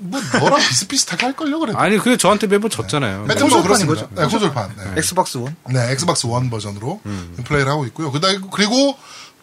[SPEAKER 1] 뭐 너랑 비슷비슷하게 할 걸요 그래.
[SPEAKER 2] 아니, 그게 저한테 매번 졌잖아요.
[SPEAKER 1] 하여튼 뭐 그렇습니다.
[SPEAKER 4] 콘솔판인 거죠? 음.
[SPEAKER 1] 네, 콘솔판. 네.
[SPEAKER 4] 엑스박스 원.
[SPEAKER 1] 네, 엑스박스 원 버전으로
[SPEAKER 4] 음.
[SPEAKER 1] 플레이를 하고 있고요. 그다음 그리고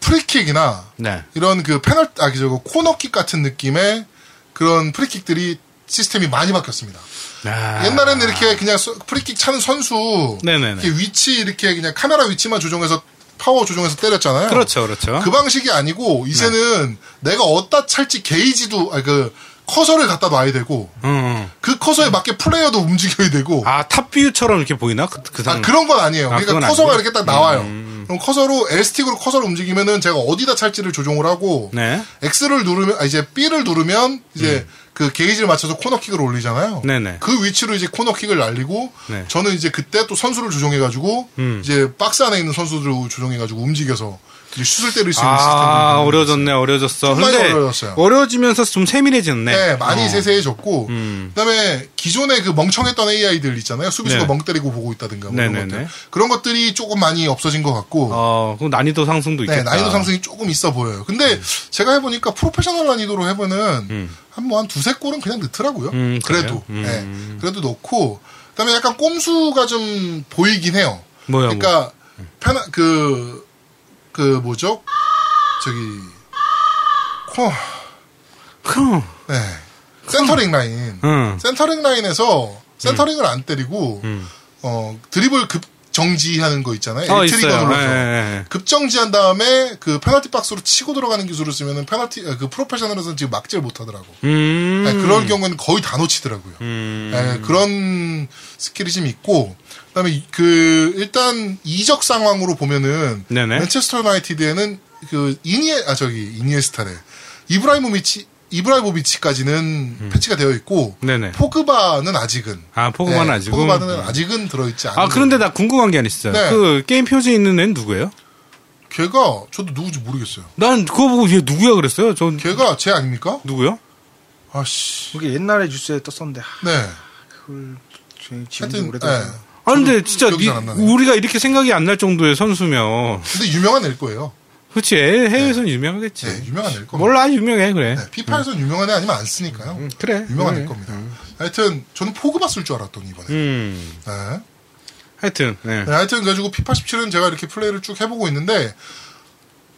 [SPEAKER 1] 프리킥이나
[SPEAKER 2] 네.
[SPEAKER 1] 이런 그 페널 아 그저 코너킥 같은 느낌의 그런 프리킥들이 시스템이 많이 바뀌었습니다.
[SPEAKER 2] 아.
[SPEAKER 1] 옛날에는 이렇게 그냥 소- 프리킥 차는 선수
[SPEAKER 2] 네네네.
[SPEAKER 1] 이렇게 위치 이렇게 그냥 카메라 위치만 조정해서 파워 조정해서 때렸잖아요.
[SPEAKER 2] 그렇죠, 그렇죠.
[SPEAKER 1] 그 방식이 아니고 이제는 내가 어디다 찰지 게이지도 아니 그 커서를 갖다 놔야 되고
[SPEAKER 2] 음, 음.
[SPEAKER 1] 그 커서에 맞게 플레이어도 움직여야 되고
[SPEAKER 2] 아, 탑뷰처럼 이렇게 보이나? 그, 그
[SPEAKER 1] 아,
[SPEAKER 2] 상...
[SPEAKER 1] 그런 건 아니에요.
[SPEAKER 2] 아,
[SPEAKER 1] 그러니까
[SPEAKER 2] 그건
[SPEAKER 1] 커서가
[SPEAKER 2] 아니고? 음.
[SPEAKER 1] 이렇게 딱 나와요. 그럼 커서로 L스틱으로 커서를 움직이면은 제가 어디다 찰지를 조종을 하고
[SPEAKER 2] 네.
[SPEAKER 1] X를 누르면 아, 이제 B를 누르면 이제 그 게이지를 맞춰서 코너킥을 올리잖아요.
[SPEAKER 2] 음. 네네.
[SPEAKER 1] 그 위치로 이제 코너킥을 날리고
[SPEAKER 2] 네.
[SPEAKER 1] 저는 이제 그때 또 선수를 조종해 가지고
[SPEAKER 2] 음.
[SPEAKER 1] 이제 박스 안에 있는 선수들을 조종해 가지고 움직여서 이제 슛을 때릴 수 있는
[SPEAKER 2] 아,
[SPEAKER 1] 시스템.
[SPEAKER 2] 어려졌네, 어려졌어.
[SPEAKER 1] 정말
[SPEAKER 2] 근데
[SPEAKER 1] 어려워졌어요.
[SPEAKER 2] 어려워지면서 좀 세밀해졌네. 어.
[SPEAKER 1] 네, 많이 세세해졌고
[SPEAKER 2] 음.
[SPEAKER 1] 그다음에 기존에 그 멍청했던 AI들 있잖아요. 수비수가
[SPEAKER 2] 네.
[SPEAKER 1] 멍 때리고 보고 있다든가 뭐
[SPEAKER 2] 네네네.
[SPEAKER 1] 그런 것들. 그런 것들이 조금 많이 없어진 것 같고
[SPEAKER 2] 어, 그럼 난이도 상승도 있겠다. 음.
[SPEAKER 1] 네, 난이도 상승이 조금 있어 보여요. 근데 제가 해보니까 프로페셔널 난이도로 해보는 한 뭐 한 두세 골은 그냥 넣더라고요.
[SPEAKER 2] 음,
[SPEAKER 1] 그래도.
[SPEAKER 2] 그래요? 음.
[SPEAKER 1] 네, 그래도 넣고. 그 다음에 약간 꼼수가 좀 보이긴 해요.
[SPEAKER 2] 뭐야,
[SPEAKER 1] 그러니까, 편, 그, 그 뭐죠? 저기, 코,
[SPEAKER 2] 흠.
[SPEAKER 1] 네. 센터링 라인.
[SPEAKER 2] 음.
[SPEAKER 1] 센터링 라인에서 센터링을 안 때리고,
[SPEAKER 2] 음.
[SPEAKER 1] 어, 드리블 급 정지하는 거 있잖아요.
[SPEAKER 2] 어,
[SPEAKER 1] L 트리거
[SPEAKER 2] 있어요.
[SPEAKER 1] 네, 눌러서.
[SPEAKER 2] 예, 예, 예.
[SPEAKER 1] 급정지한 다음에 그 페널티 박스로 치고 들어가는 기술을 쓰면은 페널티 아, 그 프로페셔널에서는 지금 막질 못하더라고.
[SPEAKER 2] 음.
[SPEAKER 1] 네, 그런 경우는 거의 다 놓치더라고요.
[SPEAKER 2] 음.
[SPEAKER 1] 네, 그런 스킬이 좀 있고 그다음에 이- 그 일단 이적 상황으로 보면은
[SPEAKER 2] 네네.
[SPEAKER 1] 맨체스터 유나이티드에는 그 이니에 아 저기 이니에스타래 이브라이모비치 이브라이모비치까지는 패치가 되어 있고
[SPEAKER 2] 음. 네네.
[SPEAKER 1] 포그바는 아직은
[SPEAKER 2] 아, 포그바는
[SPEAKER 1] 네,
[SPEAKER 2] 아직은?
[SPEAKER 1] 포그바는 아직은 들어있지 않은
[SPEAKER 2] 아, 그런데 나 궁금한 게 하나 있어요.
[SPEAKER 1] 네.
[SPEAKER 2] 그 게임 표지에 있는 애는 누구예요?
[SPEAKER 1] 걔가 저도 누구지 모르겠어요.
[SPEAKER 2] 난 그거 보고 얘 누구야 그랬어요? 전
[SPEAKER 1] 걔가 쟤 아닙니까?
[SPEAKER 2] 누구요?
[SPEAKER 1] 아씨.
[SPEAKER 4] 그게 옛날에 뉴스에 떴었는데 하,
[SPEAKER 1] 네.
[SPEAKER 4] 그걸 지금
[SPEAKER 1] 하여튼
[SPEAKER 4] 오래돼서.
[SPEAKER 1] 예.
[SPEAKER 2] 아 근데 진짜
[SPEAKER 1] 기억이
[SPEAKER 2] 이-
[SPEAKER 1] 잘안 나네.
[SPEAKER 2] 우리가 이렇게 생각이 안 날 정도의 선수면
[SPEAKER 1] 근데 유명한 애 거예요.
[SPEAKER 2] 그렇지 해외에선 유명하겠지.
[SPEAKER 1] 네, 유명한 애 거.
[SPEAKER 2] 몰라 유명해 그래.
[SPEAKER 1] 네, 피파에서 는 유명한 애 아니면 안 쓰니까요.
[SPEAKER 2] 그래
[SPEAKER 1] 유명한
[SPEAKER 2] 그래.
[SPEAKER 1] 애 겁니다. 하여튼 저는 포그바 쓸 줄 알았더니 이번에.
[SPEAKER 2] 음
[SPEAKER 1] 네.
[SPEAKER 2] 하여튼 네.
[SPEAKER 1] 네, 하여튼 그래가지고 피파 17은 제가 이렇게 플레이를 쭉 해보고 있는데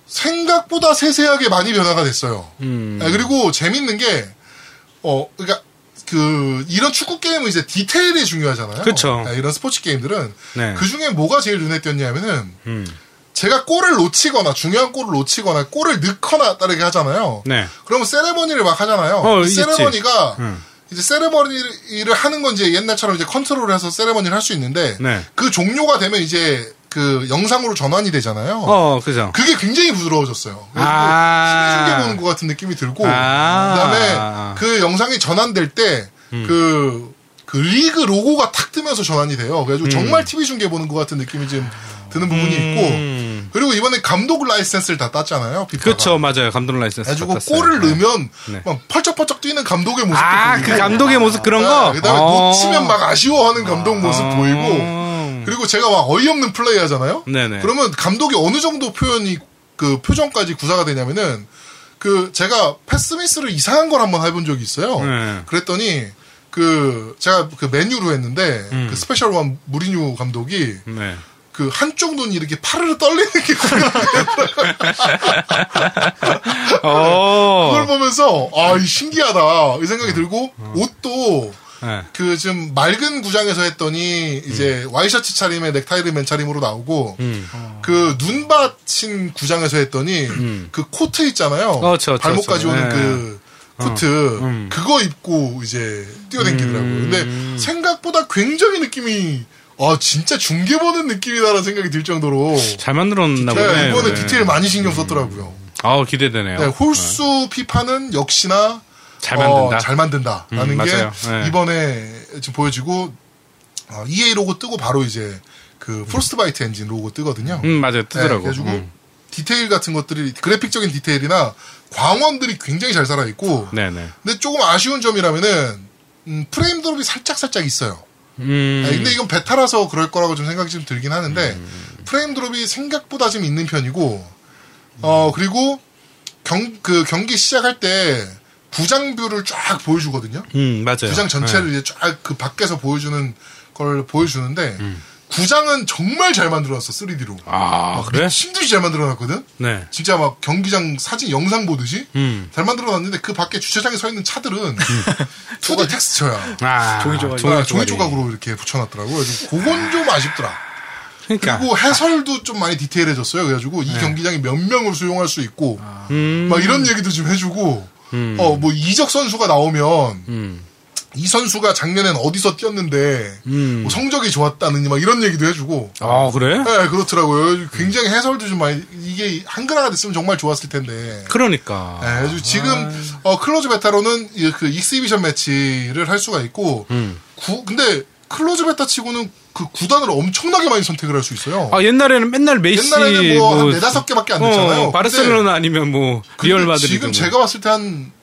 [SPEAKER 1] 생각보다 세세하게 많이 변화가 됐어요.
[SPEAKER 2] 음.
[SPEAKER 1] 네, 그리고 재밌는 게 어, 그러니까 그 이런 축구 게임은 이제 디테일이 중요하잖아요.
[SPEAKER 2] 그쵸.
[SPEAKER 1] 네, 이런 스포츠 게임들은
[SPEAKER 2] 네.
[SPEAKER 1] 그 중에 뭐가 제일 눈에 띄었냐면은
[SPEAKER 2] 음.
[SPEAKER 1] 제가 골을 놓치거나 중요한 골을 놓치거나 골을 넣거나 따르게 하잖아요.
[SPEAKER 2] 네.
[SPEAKER 1] 그러면 세레머니를 막 하잖아요.
[SPEAKER 2] 어,
[SPEAKER 1] 이
[SPEAKER 2] 있지.
[SPEAKER 1] 세레머니가
[SPEAKER 2] 음.
[SPEAKER 1] 이제 세레머니를 하는 건 이제 옛날처럼 이제 컨트롤을 해서 세레머니를 할 수 있는데
[SPEAKER 2] 네.
[SPEAKER 1] 그 종료가 되면 이제 그 영상으로 전환이 되잖아요.
[SPEAKER 2] 어 그죠.
[SPEAKER 1] 그게 굉장히 부드러워졌어요. 그
[SPEAKER 2] 아.
[SPEAKER 1] 신기해 보는 것 같은 느낌이 들고
[SPEAKER 2] 아.
[SPEAKER 1] 그다음에
[SPEAKER 2] 음.
[SPEAKER 1] 그 영상이 전환될 때 그 그 리그 로고가 탁 뜨면서 전환이 돼요. 그래가지고 정말 TV 중계 보는 것 같은 느낌이 좀 드는 부분이
[SPEAKER 2] 음.
[SPEAKER 1] 있고 그리고 이번에 감독 라이센스를 다 땄잖아요. 피파가.
[SPEAKER 2] 그렇죠 맞아요 감독 라이센스.
[SPEAKER 1] 가지고
[SPEAKER 2] 받았어요.
[SPEAKER 1] 골을
[SPEAKER 2] 네.
[SPEAKER 1] 넣으면
[SPEAKER 2] 네.
[SPEAKER 1] 막 펄쩍펄쩍 뛰는 감독의 모습도 보이고
[SPEAKER 2] 아그 감독의 모습 그런 거. 어.
[SPEAKER 1] 네, 그다음에 놓치면 막 아쉬워하는 감독 모습
[SPEAKER 2] 아.
[SPEAKER 1] 보이고 그리고 제가 막 어이없는 플레이 하잖아요.
[SPEAKER 2] 네네.
[SPEAKER 1] 그러면 감독이 어느 정도 표현이 그 표정까지 구사가 되냐면은 그 제가 패스미스를 이상한 걸 한번 해본 적이 있어요.
[SPEAKER 2] 네.
[SPEAKER 1] 그랬더니 그 제가 그 메뉴로 했는데
[SPEAKER 2] 음.
[SPEAKER 1] 그 스페셜 원 무리뉴 감독이
[SPEAKER 2] 네.
[SPEAKER 1] 그 한쪽 눈이 이렇게 파르르 떨리는 게 그걸
[SPEAKER 2] 어. 음.
[SPEAKER 1] 보면서 아 이 신기하다 이 생각이 들고 옷도
[SPEAKER 2] 네.
[SPEAKER 1] 그 지금 맑은 구장에서 했더니 이제 와이셔츠 차림에 넥타이를 맨 차림으로 나오고
[SPEAKER 2] 음.
[SPEAKER 1] 그 눈밭인 구장에서 했더니 그 코트 있잖아요
[SPEAKER 2] 음. 어, 저, 저,
[SPEAKER 1] 발목까지
[SPEAKER 2] 저,
[SPEAKER 1] 오는
[SPEAKER 2] 네.
[SPEAKER 1] 그 코트
[SPEAKER 2] 음.
[SPEAKER 1] 그거 입고 이제 뛰어댕기더라고요 근데 생각보다 굉장히 느낌이 아 진짜 중계 보는 느낌이다라는 생각이 들 정도로
[SPEAKER 2] 잘 만들었나
[SPEAKER 1] 제가
[SPEAKER 2] 아, 보네.
[SPEAKER 1] 이번에 디테일 많이 신경 썼더라고요
[SPEAKER 2] 아우 기대되네요.
[SPEAKER 1] 네, 홀수 피파는 역시나
[SPEAKER 2] 잘
[SPEAKER 1] 어,
[SPEAKER 2] 만든다.
[SPEAKER 1] 잘 만든다라는
[SPEAKER 2] 음,
[SPEAKER 1] 게
[SPEAKER 2] 맞아요. 네.
[SPEAKER 1] 이번에 지금 보여지고 어, EA 로고 뜨고 바로 이제 그 프로스트바이트 엔진 로고 뜨거든요. 네,
[SPEAKER 2] 음 맞아요 뜨더라고.
[SPEAKER 1] 그래가지고
[SPEAKER 2] 음.
[SPEAKER 1] 디테일 같은 것들이 그래픽적인 디테일이나 광원들이 굉장히 잘 살아 있고.
[SPEAKER 2] 네네.
[SPEAKER 1] 근데 조금 아쉬운 점이라면은 음, 프레임 드롭이 살짝 살짝 있어요.
[SPEAKER 2] 음.
[SPEAKER 1] 아, 근데 이건 베타라서 그럴 거라고 좀 생각이 좀 들긴 하는데
[SPEAKER 2] 음.
[SPEAKER 1] 프레임 드롭이 생각보다 좀 있는 편이고 어 그리고 경 그 경기 시작할 때 구장 뷰를 쫙 보여주거든요.
[SPEAKER 2] 음 맞아요.
[SPEAKER 1] 구장 전체를 이제 쫙 그 밖에서 보여주는 걸 보여주는데 구장은 정말 잘 만들어놨어 3D로.
[SPEAKER 2] 음. 아 그래?
[SPEAKER 1] 신듯이 잘 만들어놨거든.
[SPEAKER 2] 네.
[SPEAKER 1] 진짜 막 경기장 사진 영상 보듯이
[SPEAKER 2] 음.
[SPEAKER 1] 잘 만들어놨는데 그 밖에 주차장에 서 있는 차들은 2D 텍스처야.
[SPEAKER 2] 아
[SPEAKER 4] 종이 조각.
[SPEAKER 2] 종-
[SPEAKER 1] 아, 종이 조각으로 이렇게 붙여놨더라고요. 그래서 그건 좀 아쉽더라. 아.
[SPEAKER 2] 그러니까.
[SPEAKER 1] 그리고 해설도 좀 많이 디테일해졌어요. 그래가지고 이 경기장에 몇 명을 수용할 수 있고
[SPEAKER 2] 음.
[SPEAKER 1] 막 이런 얘기도 좀 해주고 어 뭐 이적 선수가 나오면
[SPEAKER 2] 음.
[SPEAKER 1] 이 선수가 작년엔 어디서 뛰었는데
[SPEAKER 2] 음.
[SPEAKER 1] 뭐 성적이 좋았다느니 막 이런 얘기도 해주고
[SPEAKER 2] 아 그래?
[SPEAKER 1] 네, 그렇더라고요. 굉장히 해설도 좀 많이 이게 한글화가 됐으면 정말 좋았을 텐데.
[SPEAKER 2] 그러니까.
[SPEAKER 1] 네, 그래서 지금 어, 클로즈 베타로는 이- 그 익스비션 매치를 할 수가 있고
[SPEAKER 2] 음.
[SPEAKER 1] 구- 근데 클로즈 베타 치고는 그 구단을 엄청나게 많이 선택을 할 수 있어요.
[SPEAKER 2] 아 옛날에는 맨날 메시
[SPEAKER 1] 옛날에는 뭐 한 네다섯 개밖에 안 됐잖아요.
[SPEAKER 2] 어, 바르셀로나 아니면 뭐
[SPEAKER 1] 근데
[SPEAKER 2] 리얼 마드리드.
[SPEAKER 1] 지금
[SPEAKER 2] 뭐.
[SPEAKER 1] 제가 봤을 때 한,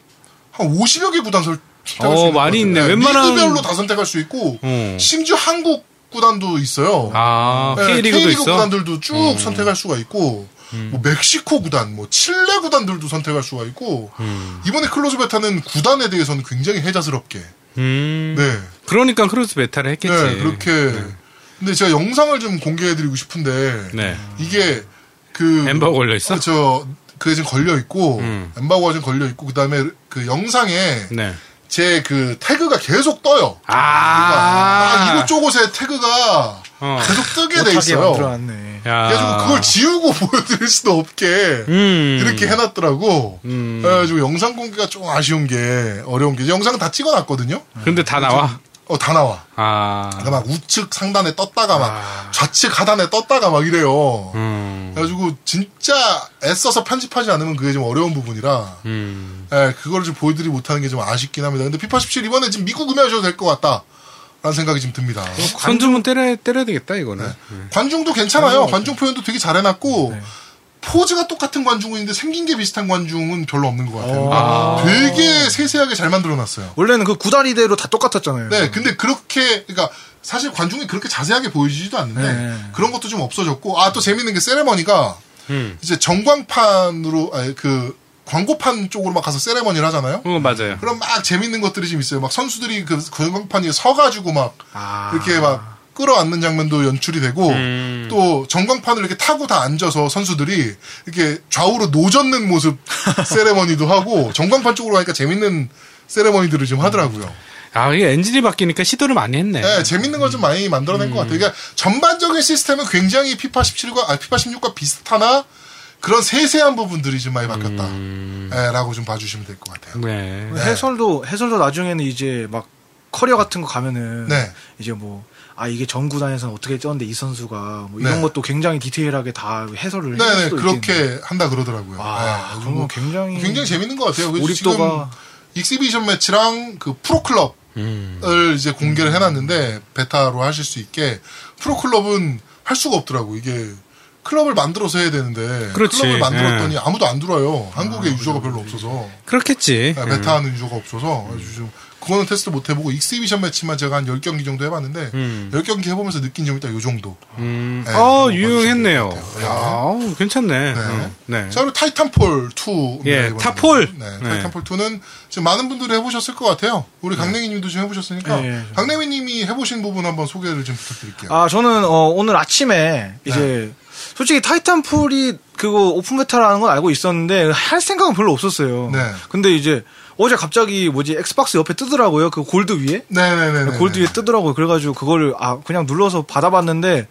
[SPEAKER 1] 한 50여 개 구단 설, 선택할
[SPEAKER 2] 어,
[SPEAKER 1] 수 있는
[SPEAKER 2] 많이
[SPEAKER 1] 것 같아요.
[SPEAKER 2] 있네.
[SPEAKER 1] 네,
[SPEAKER 2] 웬만한-
[SPEAKER 1] 리그별로 다 선택할 수 있고,
[SPEAKER 2] 어.
[SPEAKER 1] 심지어 한국 구단도 있어요.
[SPEAKER 2] 아
[SPEAKER 1] 네,
[SPEAKER 2] K리그도
[SPEAKER 1] K리그
[SPEAKER 2] 있어. 음.
[SPEAKER 1] 구단들도 쭉 선택할 수가 있고, 뭐 멕시코 구단, 뭐 칠레 구단들도 선택할 수가 있고, 이번에 클로즈 베타는 구단에 대해서는 굉장히 해자스럽게,
[SPEAKER 2] 음.
[SPEAKER 1] 네.
[SPEAKER 2] 그러니까 크루스 베타를 했겠지.
[SPEAKER 1] 네, 그렇게. 근데 제가 영상을 좀 공개해드리고 싶은데,
[SPEAKER 2] 네.
[SPEAKER 1] 이게 그
[SPEAKER 2] 엠바고 걸려 있어?
[SPEAKER 1] 저 그게 지금 걸려 있고
[SPEAKER 2] 음.
[SPEAKER 1] 엠바고가 지금 걸려 있고 그다음에 그 영상에
[SPEAKER 2] 네.
[SPEAKER 1] 제 그 태그가 계속 떠요.
[SPEAKER 2] 아,
[SPEAKER 1] 아, 이곳저곳에 태그가
[SPEAKER 2] 어.
[SPEAKER 1] 계속 뜨게 돼
[SPEAKER 4] 못하게
[SPEAKER 1] 있어요.
[SPEAKER 4] 만들어놨네.
[SPEAKER 2] 야.
[SPEAKER 1] 그래가지고 그걸 지우고 보여드릴 수도 없게
[SPEAKER 2] 아. 음.
[SPEAKER 1] 이렇게 해놨더라고.
[SPEAKER 2] 음.
[SPEAKER 1] 그래가지고 영상 공개가 좀 아쉬운 게 어려운 게 영상 다 찍어놨거든요.
[SPEAKER 2] 근데 다 나와.
[SPEAKER 1] 어 다 나와.
[SPEAKER 2] 아.
[SPEAKER 1] 그러니까 막 우측 상단에 떴다가 막 좌측 하단에 떴다가 막 이래요.
[SPEAKER 2] 음.
[SPEAKER 1] 그래가지고 진짜 애써서 편집하지 않으면 그게 좀 어려운 부분이라
[SPEAKER 2] 음.
[SPEAKER 1] 예, 그걸 좀 보여드리지 못하는 게 좀 아쉽긴 합니다. 근데 피파 17 이번에 지금 믿고 구매하셔도 될 것 같다라는 생각이 좀 듭니다.
[SPEAKER 2] 그렇죠. 손주문 때려 때려야 되겠다 이거는.
[SPEAKER 1] 네. 관중도 괜찮아요. 관중 표현도 되게 잘 해놨고 포즈가 똑같은 관중인데 생긴 게 비슷한 관중은 별로 없는 것 같아요. 그러니까
[SPEAKER 4] 아.
[SPEAKER 1] 되게 세세하게 잘 만들어놨어요.
[SPEAKER 4] 원래는 그 구다리대로 다 똑같았잖아요.
[SPEAKER 1] 네, 근데 그렇게 그러니까 사실 관중이 그렇게 자세하게 보이지도 않는데
[SPEAKER 4] 네.
[SPEAKER 1] 그런 것도 좀 없어졌고 아 또 재밌는 게 세레머니가
[SPEAKER 2] 음.
[SPEAKER 1] 이제 전광판으로 아니, 그 광고판 쪽으로 막 가서 세레머니를 하잖아요.
[SPEAKER 2] 어 맞아요.
[SPEAKER 1] 그럼 막 재밌는 것들이 좀 있어요. 막 선수들이 그 전광판 위에 서가지고 막
[SPEAKER 4] 아.
[SPEAKER 1] 이렇게 막 끌어안는 장면도 연출이 되고
[SPEAKER 2] 음.
[SPEAKER 1] 또 전광판을 이렇게 타고 다 앉아서 선수들이 이렇게 좌우로 노젓는 모습 세레머니도 하고 전광판 쪽으로 가니까 재밌는 세레머니들을 좀 하더라고요.
[SPEAKER 2] 아 이게 엔진이 바뀌니까 시도를 많이 했네.
[SPEAKER 1] 네, 재밌는 걸 좀 많이 만들어낸 것 같아요. 그러니까 전반적인 시스템은 굉장히 피파 17과 아 피파 16과 비슷하나 그런 세세한 부분들이 좀 많이 바뀌었다라고 좀 봐주시면 될 것 같아요.
[SPEAKER 2] 네.
[SPEAKER 4] 그 해설도 해설도 나중에는 이제 막 커리어 같은 거 가면은
[SPEAKER 1] 네.
[SPEAKER 4] 이제 뭐 아 이게 전 구단에서는 어떻게 쪘는데 이 선수가 뭐 이런
[SPEAKER 1] 네.
[SPEAKER 4] 것도 굉장히 디테일하게 다 해설을
[SPEAKER 1] 네,
[SPEAKER 4] 할
[SPEAKER 1] 네
[SPEAKER 4] 수도
[SPEAKER 1] 그렇게
[SPEAKER 4] 있겠네.
[SPEAKER 1] 한다 그러더라고요.
[SPEAKER 4] 와,
[SPEAKER 1] 네,
[SPEAKER 4] 그런 거 굉장히-
[SPEAKER 1] 굉장히 재밌는 것 같아요. 그래서
[SPEAKER 4] 몰입도가-
[SPEAKER 1] 지금 익시비션 매치랑 그 프로클럽을
[SPEAKER 2] 음.
[SPEAKER 1] 이제 공개를 해놨는데 베타로 하실 수 있게 프로클럽은 할 수가 없더라고 이게. 클럽을 만들어서 해야 되는데
[SPEAKER 2] 그렇지.
[SPEAKER 1] 클럽을 만들었더니
[SPEAKER 2] 예.
[SPEAKER 1] 아무도 안 들어요. 한국에 유저가 별로 없어서.
[SPEAKER 2] 그렇겠지.
[SPEAKER 1] 네, 베타하는 유저가 없어서 아주 좀 그거는 테스트 못 해보고 익스비션 매치만 제가 한 10경기 정도 해봤는데
[SPEAKER 2] 음.
[SPEAKER 1] 10경기 해보면서 느낀 점이 딱 요 정도.
[SPEAKER 2] 음.
[SPEAKER 1] 네,
[SPEAKER 2] 어,
[SPEAKER 1] 그런
[SPEAKER 2] 유용했네요.
[SPEAKER 1] 것 같아요. 네.
[SPEAKER 2] 야, 어우, 괜찮네.
[SPEAKER 1] 네.
[SPEAKER 2] 어, 네.
[SPEAKER 1] 자, 그리고 타이탄폴 2.
[SPEAKER 2] 예, 타폴.
[SPEAKER 1] 네,
[SPEAKER 2] 네.
[SPEAKER 1] 타이탄폴 2는 지금 많은 분들이 해보셨을 것 같아요. 우리 강냉이 님도 지금 해보셨으니까.
[SPEAKER 4] 네. 예, 예.
[SPEAKER 1] 강냉이 님이 해보신 부분 한번 소개를 좀 부탁드릴게요.
[SPEAKER 4] 아 저는 어, 오늘 아침에
[SPEAKER 1] 네.
[SPEAKER 4] 이제 솔직히 타이탄풀이 그거 오픈 베타라는 건 알고 있었는데 할 생각은 별로 없었어요.
[SPEAKER 1] 네.
[SPEAKER 4] 근데 이제 어제 갑자기 뭐지 엑스박스 옆에 뜨더라고요. 그 골드 위에
[SPEAKER 1] 네네네.
[SPEAKER 4] 골드 위에 뜨더라고요. 그래가지고 그거를 아 그냥 눌러서 받아봤는데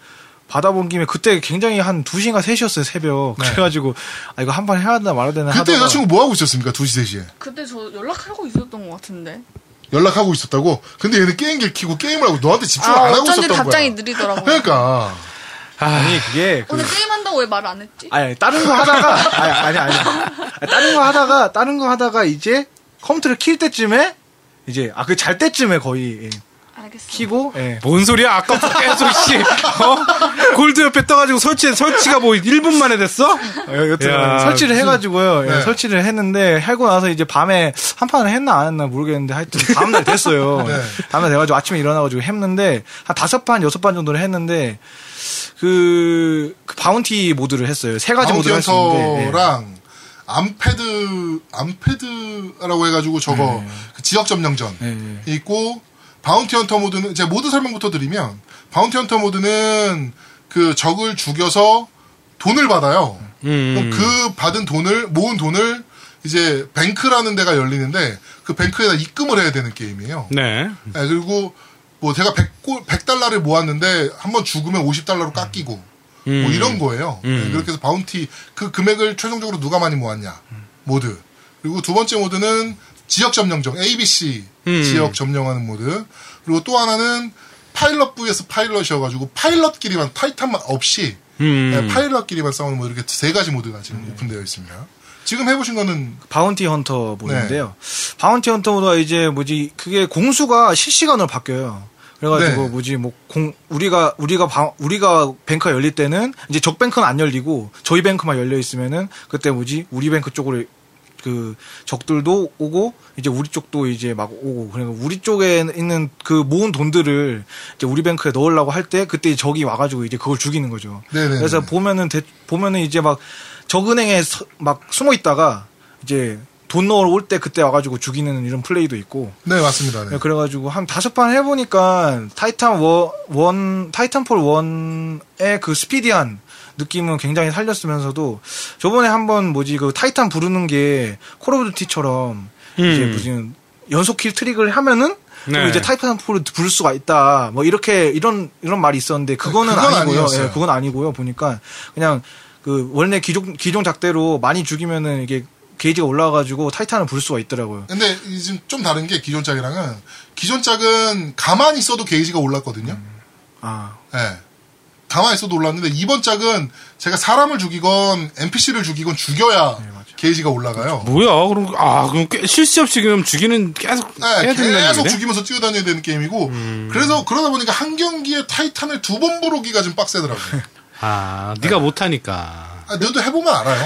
[SPEAKER 4] 받아본 김에 그때 굉장히 한 2시인가 3시였어요 새벽
[SPEAKER 1] 네.
[SPEAKER 4] 그래가지고 아 이거 한 번 해야 되나 말아야 되나
[SPEAKER 1] 그때
[SPEAKER 4] 하다가
[SPEAKER 1] 여자친구 뭐 하고 있었습니까? 2시, 3시에.
[SPEAKER 3] 그때 저 연락하고 있었던 것 같은데.
[SPEAKER 1] 연락하고 있었다고? 근데 얘는 게임기를 켜고 게임을 하고 너한테 집중
[SPEAKER 3] 아,
[SPEAKER 1] 안 하고
[SPEAKER 3] 어쩐지
[SPEAKER 1] 있었던 거야.
[SPEAKER 3] 답장이 느리더라고요.
[SPEAKER 1] 그러니까.
[SPEAKER 4] 아니 그게 그
[SPEAKER 3] 오늘
[SPEAKER 1] 네.
[SPEAKER 3] 게임한다고 왜 말 안 했지?
[SPEAKER 4] 아니 다른 거 하다가 아니 아니 아니 아니, 다른 거 하다가 다른 거 하다가 이제 컴퓨터를 킬 때쯤에 이제 아 그 잘 때쯤에 거의 예,
[SPEAKER 3] 알겠어.
[SPEAKER 4] 키고 예.
[SPEAKER 2] 뭔 소리야? 아까부터 계속, 씨. 어? 골드 옆에 떠가지고 설치, 설치가 뭐 1분 만에 됐어?
[SPEAKER 4] 어, 여튼
[SPEAKER 2] 야,
[SPEAKER 4] 설치를 해가지고요 예,
[SPEAKER 1] 네.
[SPEAKER 4] 설치를 했는데 하고 나서 이제 밤에 한 판을 했나 안 했나 모르겠는데 하여튼 다음날 됐어요
[SPEAKER 1] 네.
[SPEAKER 4] 다음날 돼가지고 아침에 일어나가지고 했는데 한 다섯 판 여섯 판 정도를 했는데 그, 그 바운티 모드를 했어요 세 가지 모드를 했는데 예.
[SPEAKER 1] 바운티헌터랑 암패드 암패드라고 해가지고 저거 그 지역 점령전
[SPEAKER 4] 네,
[SPEAKER 1] 있고 바운티헌터 모드는 제가 모드 설명부터 드리면 바운티헌터 모드는 그 적을 죽여서 돈을 받아요. 그럼
[SPEAKER 4] 음,
[SPEAKER 1] 그 받은 돈을 모은 돈을 이제 뱅크라는 데가 열리는데 그 뱅크에다 입금을 해야 되는 게임이에요.
[SPEAKER 2] 네.
[SPEAKER 1] 예, 그리고 뭐 제가 100, 100달러를 모았는데 한 번 죽으면 50달러로 깎이고
[SPEAKER 4] 음.
[SPEAKER 1] 뭐 이런 거예요. 예, 그렇게 해서 바운티 그 금액을 최종적으로 누가 많이 모았냐 모드. 그리고 두 번째 모드는 지역 점령정 ABC
[SPEAKER 4] 음.
[SPEAKER 1] 지역 점령하는 모드. 그리고 또 하나는 파일럿 vs 파일럿이어가지고 파일럿끼리만 타이탄만 없이
[SPEAKER 2] 음.
[SPEAKER 1] 예, 파일럿끼리만 싸우는 뭐 이렇게 세 가지 모드가 지금
[SPEAKER 4] 음.
[SPEAKER 1] 오픈되어 있습니다. 지금 해보신 거는
[SPEAKER 4] 바운티 헌터 모드인데요. 바운티 헌터 모드가 이제 뭐지 그게 공수가 실시간으로 바뀌어요. 그래가지고
[SPEAKER 1] 네.
[SPEAKER 4] 뭐지 뭐 공 우리가 우리가 바, 우리가 뱅크가 열릴 때는 이제 적 뱅크는 안 열리고 저희 뱅크만 열려 있으면은 그때 뭐지 우리 뱅크 쪽으로 그 적들도 오고 이제 우리 쪽도 이제 막 오고 그러니까 우리 쪽에 있는 그 모은 돈들을 이제 우리 뱅크에 넣으려고 할 때 그때 적이 와가지고 이제 그걸 죽이는 거죠.
[SPEAKER 1] 네네네.
[SPEAKER 4] 그래서 보면은 대, 보면은 이제 막 적은행에 서- 막 숨어 있다가 이제 돈 넣으러 올 때 그때 와가지고 죽이는 이런 플레이도 있고
[SPEAKER 1] 네 맞습니다. 네.
[SPEAKER 4] 그래가지고 한 다섯 판 해보니까 타이탄 워- 원 타이탄폴 원의 그 스피디한 느낌은 굉장히 살렸으면서도 저번에 한번 뭐지 그 타이탄 부르는 게 콜오브듀티처럼 이제
[SPEAKER 2] 음.
[SPEAKER 4] 무슨 연속 킬 트릭을 하면은 또
[SPEAKER 2] 네.
[SPEAKER 4] 이제 타이탄 폴을 부를 수가 있다 뭐 이렇게 이런 이런 말이 있었는데 그거는
[SPEAKER 1] 그건
[SPEAKER 4] 아니고요.
[SPEAKER 1] 아니었어요.
[SPEAKER 4] 예, 그건 아니고요. 보니까 그냥 그 원래 기종 기종 작대로 많이 죽이면은 이게 게이지가 올라가지고 타이탄을 부를 수가 있더라고요.
[SPEAKER 1] 근데 이 지금 좀 다른 게 기존 짝이랑은 기존 짝은 가만히 있어도 게이지가 올랐거든요.
[SPEAKER 4] 아
[SPEAKER 1] 예. 가만히 있어도 올랐는데 이번 짝은 제가 사람을 죽이건 NPC를 죽이건 죽여야 게이지가 올라가요.
[SPEAKER 2] 뭐야, 네, 그럼, 아, 그럼 꽤- 실시 없이 그럼 죽이는 계속
[SPEAKER 1] 예,
[SPEAKER 2] 뭐 해야 된다는 음.
[SPEAKER 1] 계속
[SPEAKER 2] 얘기네?
[SPEAKER 1] 죽이면서 뛰어다녀야 되는 게임이고 그래서 그러다 보니까 한 경기에 타이탄을 두 번 부르기가 좀 빡세더라고요.
[SPEAKER 2] 아, 네가 못하니까.
[SPEAKER 1] 아, 너도 해보면 알아요.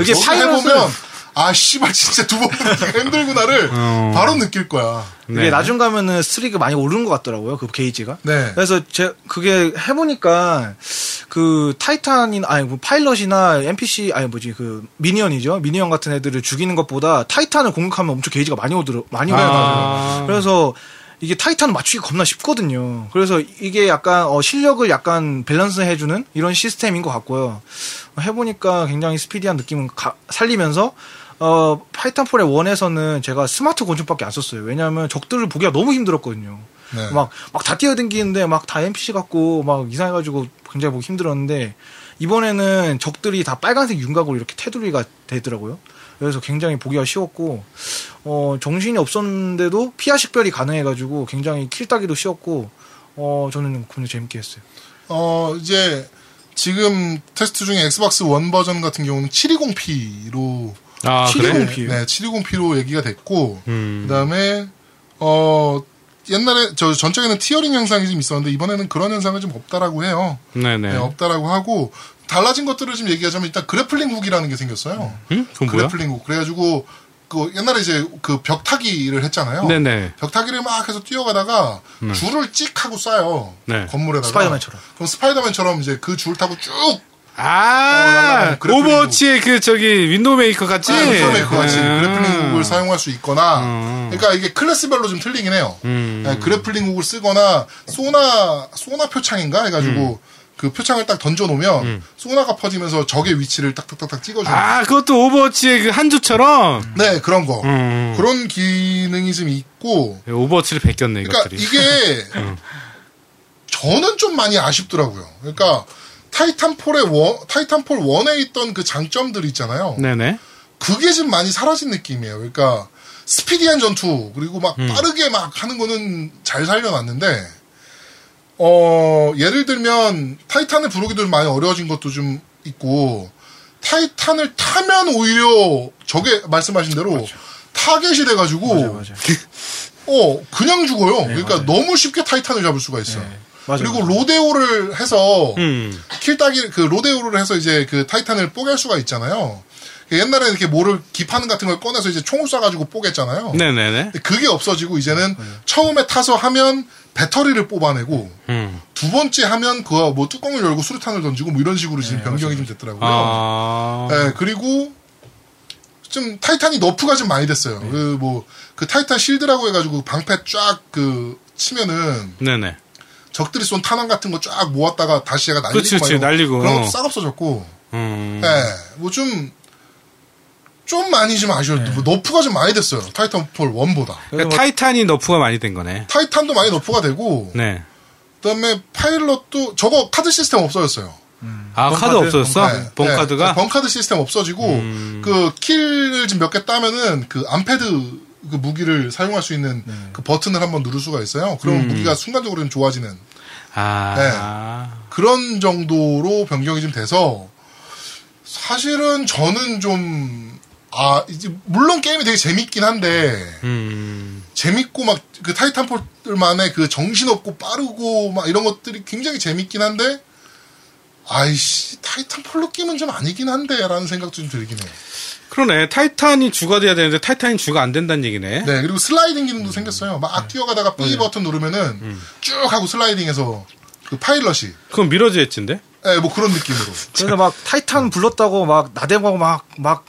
[SPEAKER 4] 이게
[SPEAKER 1] 너도
[SPEAKER 4] 파이럿은-
[SPEAKER 1] 해보면 아 씨발 진짜 두 번 부르기가 힘들구나를
[SPEAKER 2] 어.
[SPEAKER 1] 바로 느낄 거야.
[SPEAKER 4] 이게 나중 가면은 스트릭이 많이 오른 것 같더라고요 그 게이지가.
[SPEAKER 1] 네.
[SPEAKER 4] 그래서 제 그게 해보니까 그 타이탄이나 아니 뭐 파일럿이나 NPC 아니 뭐지 그 미니언이죠 미니언 같은 애들을 죽이는 것보다 타이탄을 공격하면 엄청 게이지가 많이 오더라 많이
[SPEAKER 2] 아.
[SPEAKER 4] 올라가요. 그래서 이게 타이탄 맞추기 겁나 쉽거든요. 그래서 이게 약간 어, 실력을 약간 밸런스 해주는 이런 시스템인 것 같고요. 해보니까 굉장히 스피디한 느낌은 가- 살리면서 어, 파이탄폴의 원에서는 제가 스마트 권총밖에 안 썼어요. 왜냐하면 적들을 보기가 너무 힘들었거든요.
[SPEAKER 1] 네.
[SPEAKER 4] 막 막 다 뛰어댕기는데 막 다 NPC 같고 막 이상해가지고 굉장히 보기 힘들었는데 이번에는 적들이 다 빨간색 윤곽으로 이렇게 테두리가 되더라고요. 그래서 굉장히 보기가 쉬웠고 어, 정신이 없었는데도 피아 식별이 가능해가지고 굉장히 킬 따기도 쉬웠고 어, 저는 굉장히 재밌게 했어요.
[SPEAKER 1] 어, 이제 지금 테스트 중에 엑스박스 원 버전 같은 경우는 720p로
[SPEAKER 2] 아, 그래?
[SPEAKER 4] 720p.
[SPEAKER 1] 네, 720p로 얘기가 됐고
[SPEAKER 2] 음.
[SPEAKER 1] 그다음에 어 옛날에 저 전적에는 티어링 현상이 좀 있었는데 이번에는 그런 현상은 좀 없다라고 해요.
[SPEAKER 2] 네네.
[SPEAKER 1] 네, 없다라고 하고 달라진 것들을 좀 얘기하자면 일단 그래플링 훅이라는 게 생겼어요.
[SPEAKER 2] 응? 그건 뭐야?
[SPEAKER 1] 그래플링 훅. 그래가지고 그 옛날에 이제 그 벽타기를 했잖아요.
[SPEAKER 2] 네네.
[SPEAKER 1] 벽타기를 막 해서 뛰어가다가 줄을 찍 하고 쏴요.
[SPEAKER 2] 음. 네.
[SPEAKER 1] 건물에다가.
[SPEAKER 4] 스파이더맨처럼.
[SPEAKER 1] 그럼 스파이더맨처럼 이제 그 줄 타고 쭉
[SPEAKER 2] 아,
[SPEAKER 1] 날아가는 그래플링
[SPEAKER 2] 오버워치의 그 저기 윈도우 메이커 같이.
[SPEAKER 1] 그그 같이
[SPEAKER 2] 음.
[SPEAKER 1] 그래플링국을 사용할 수 있거나 그러니까 이게 클래스별로 좀 틀리긴 해요.
[SPEAKER 2] 음.
[SPEAKER 1] 네, 그래플링국을 쓰거나 소나 소나 표창인가 해가지고
[SPEAKER 2] 음.
[SPEAKER 1] 그 표창을 딱 던져 놓으면 소나가 퍼지면서 적의 위치를 딱딱딱딱 찍어줘요.
[SPEAKER 2] 아, 그것도 오버워치의 그 한주처럼.
[SPEAKER 1] 네 그런 거
[SPEAKER 2] 음.
[SPEAKER 1] 그런 기능이 좀 있고
[SPEAKER 2] 예, 오버워치를 베꼈네,
[SPEAKER 1] 그러니까
[SPEAKER 2] 이것들이. 음.
[SPEAKER 1] 이게 저는 좀 많이 아쉽더라고요. 그러니까 타이탄폴의 원 타이탄폴 원에 있던 그 장점들 있잖아요.
[SPEAKER 2] 네네.
[SPEAKER 1] 그게 좀 많이 사라진 느낌이에요. 그러니까 스피디한 전투 그리고 막
[SPEAKER 2] 음.
[SPEAKER 1] 빠르게 막 하는 거는 잘 살려놨는데 어 예를 들면 타이탄을 부르기도 좀 많이 어려워진 것도 좀 있고 타이탄을 타면 오히려 저게 말씀하신 대로 타겟이 돼가지고
[SPEAKER 4] 맞아요.
[SPEAKER 1] 어 그냥 죽어요. 그러니까 너무 쉽게 타이탄을 잡을 수가 있어요.
[SPEAKER 4] 맞아요.
[SPEAKER 1] 그리고 로데오를 해서
[SPEAKER 2] 음.
[SPEAKER 1] 킬따기 그 로데오를 해서 이제 그 타이탄을 뽀갤 수가 있잖아요. 그 옛날에 이렇게 모를 기판 같은 걸 꺼내서 이제 총을 쏴가지고 뽀갰잖아요.
[SPEAKER 2] 어. 네네네.
[SPEAKER 1] 근데 그게 없어지고 이제는 처음에 타서 하면 배터리를 뽑아내고
[SPEAKER 2] 음.
[SPEAKER 1] 두 번째 하면 그 뭐 뚜껑을 열고 수류탄을 던지고 뭐 이런 식으로 지금 변경이 좀 됐더라고요.
[SPEAKER 2] 아.
[SPEAKER 1] 예, 그리고 좀 타이탄이 너프가 좀 많이 됐어요.
[SPEAKER 2] 네.
[SPEAKER 1] 그 뭐 그 타이탄 실드라고 해가지고 방패 쫙 그 치면은
[SPEAKER 2] 네네.
[SPEAKER 1] 적들이 쏜 탄환 같은 거 쫙 모았다가 다시 얘가 날리고
[SPEAKER 2] 그치,
[SPEAKER 1] 막
[SPEAKER 2] 그치,
[SPEAKER 1] 이런 거.
[SPEAKER 2] 날리고.
[SPEAKER 1] 그런
[SPEAKER 2] 어.
[SPEAKER 1] 것도 싹 없어졌고
[SPEAKER 2] 음.
[SPEAKER 1] 예뭐좀 좀 많이 좀 아쉬워요
[SPEAKER 2] 네.
[SPEAKER 1] 뭐 너프가 좀 많이 됐어요 타이탄폴 1보다
[SPEAKER 2] 그러니까 타이탄이 너프가 많이 된 거네.
[SPEAKER 1] 타이탄도 많이 너프가 되고
[SPEAKER 2] 네.
[SPEAKER 1] 그다음에 파일럿도 저거 카드 시스템 없어졌어요
[SPEAKER 2] 아,
[SPEAKER 4] 번
[SPEAKER 2] 카드
[SPEAKER 4] 카드,
[SPEAKER 2] 없어졌어?
[SPEAKER 1] 네, 네.
[SPEAKER 2] 본카드가? 음.
[SPEAKER 1] 번카드 시스템 없어지고 그 킬을 좀 몇 개 따면은 그 암패드 그 무기를 사용할 수 있는 그 버튼을 한번 누를 수가 있어요
[SPEAKER 2] 음.
[SPEAKER 1] 그러면 무기가 순간적으로 좀 좋아지는
[SPEAKER 2] 아.
[SPEAKER 1] 그런 정도로 변경이 좀 돼서 사실은 저는 좀 아, 이제 물론 게임이 되게 재밌긴 한데
[SPEAKER 2] 음.
[SPEAKER 1] 재밌고 막 그 타이탄폴만의 그 정신없고 빠르고 막 이런 것들이 굉장히 재밌긴 한데 아이씨 타이탄폴로 게임은 좀 아니긴 한데라는 생각도 좀 들긴 해요.
[SPEAKER 2] 그러네. 타이탄이 주가 돼야 되는데 타이탄이 주가 안 된다는 얘기네.
[SPEAKER 1] 네 그리고 슬라이딩 기능도 생겼어요. 막 뛰어가다가
[SPEAKER 4] 네.
[SPEAKER 1] B 버튼 누르면은
[SPEAKER 4] 음.
[SPEAKER 1] 쭉 하고 슬라이딩해서 그 파일럿이
[SPEAKER 2] 그건 미러지 엣지인데?
[SPEAKER 1] 예, 뭐 그런 느낌으로
[SPEAKER 4] 그래서 막
[SPEAKER 2] 음.
[SPEAKER 4] 타이탄 불렀다고 막 나대고 막 막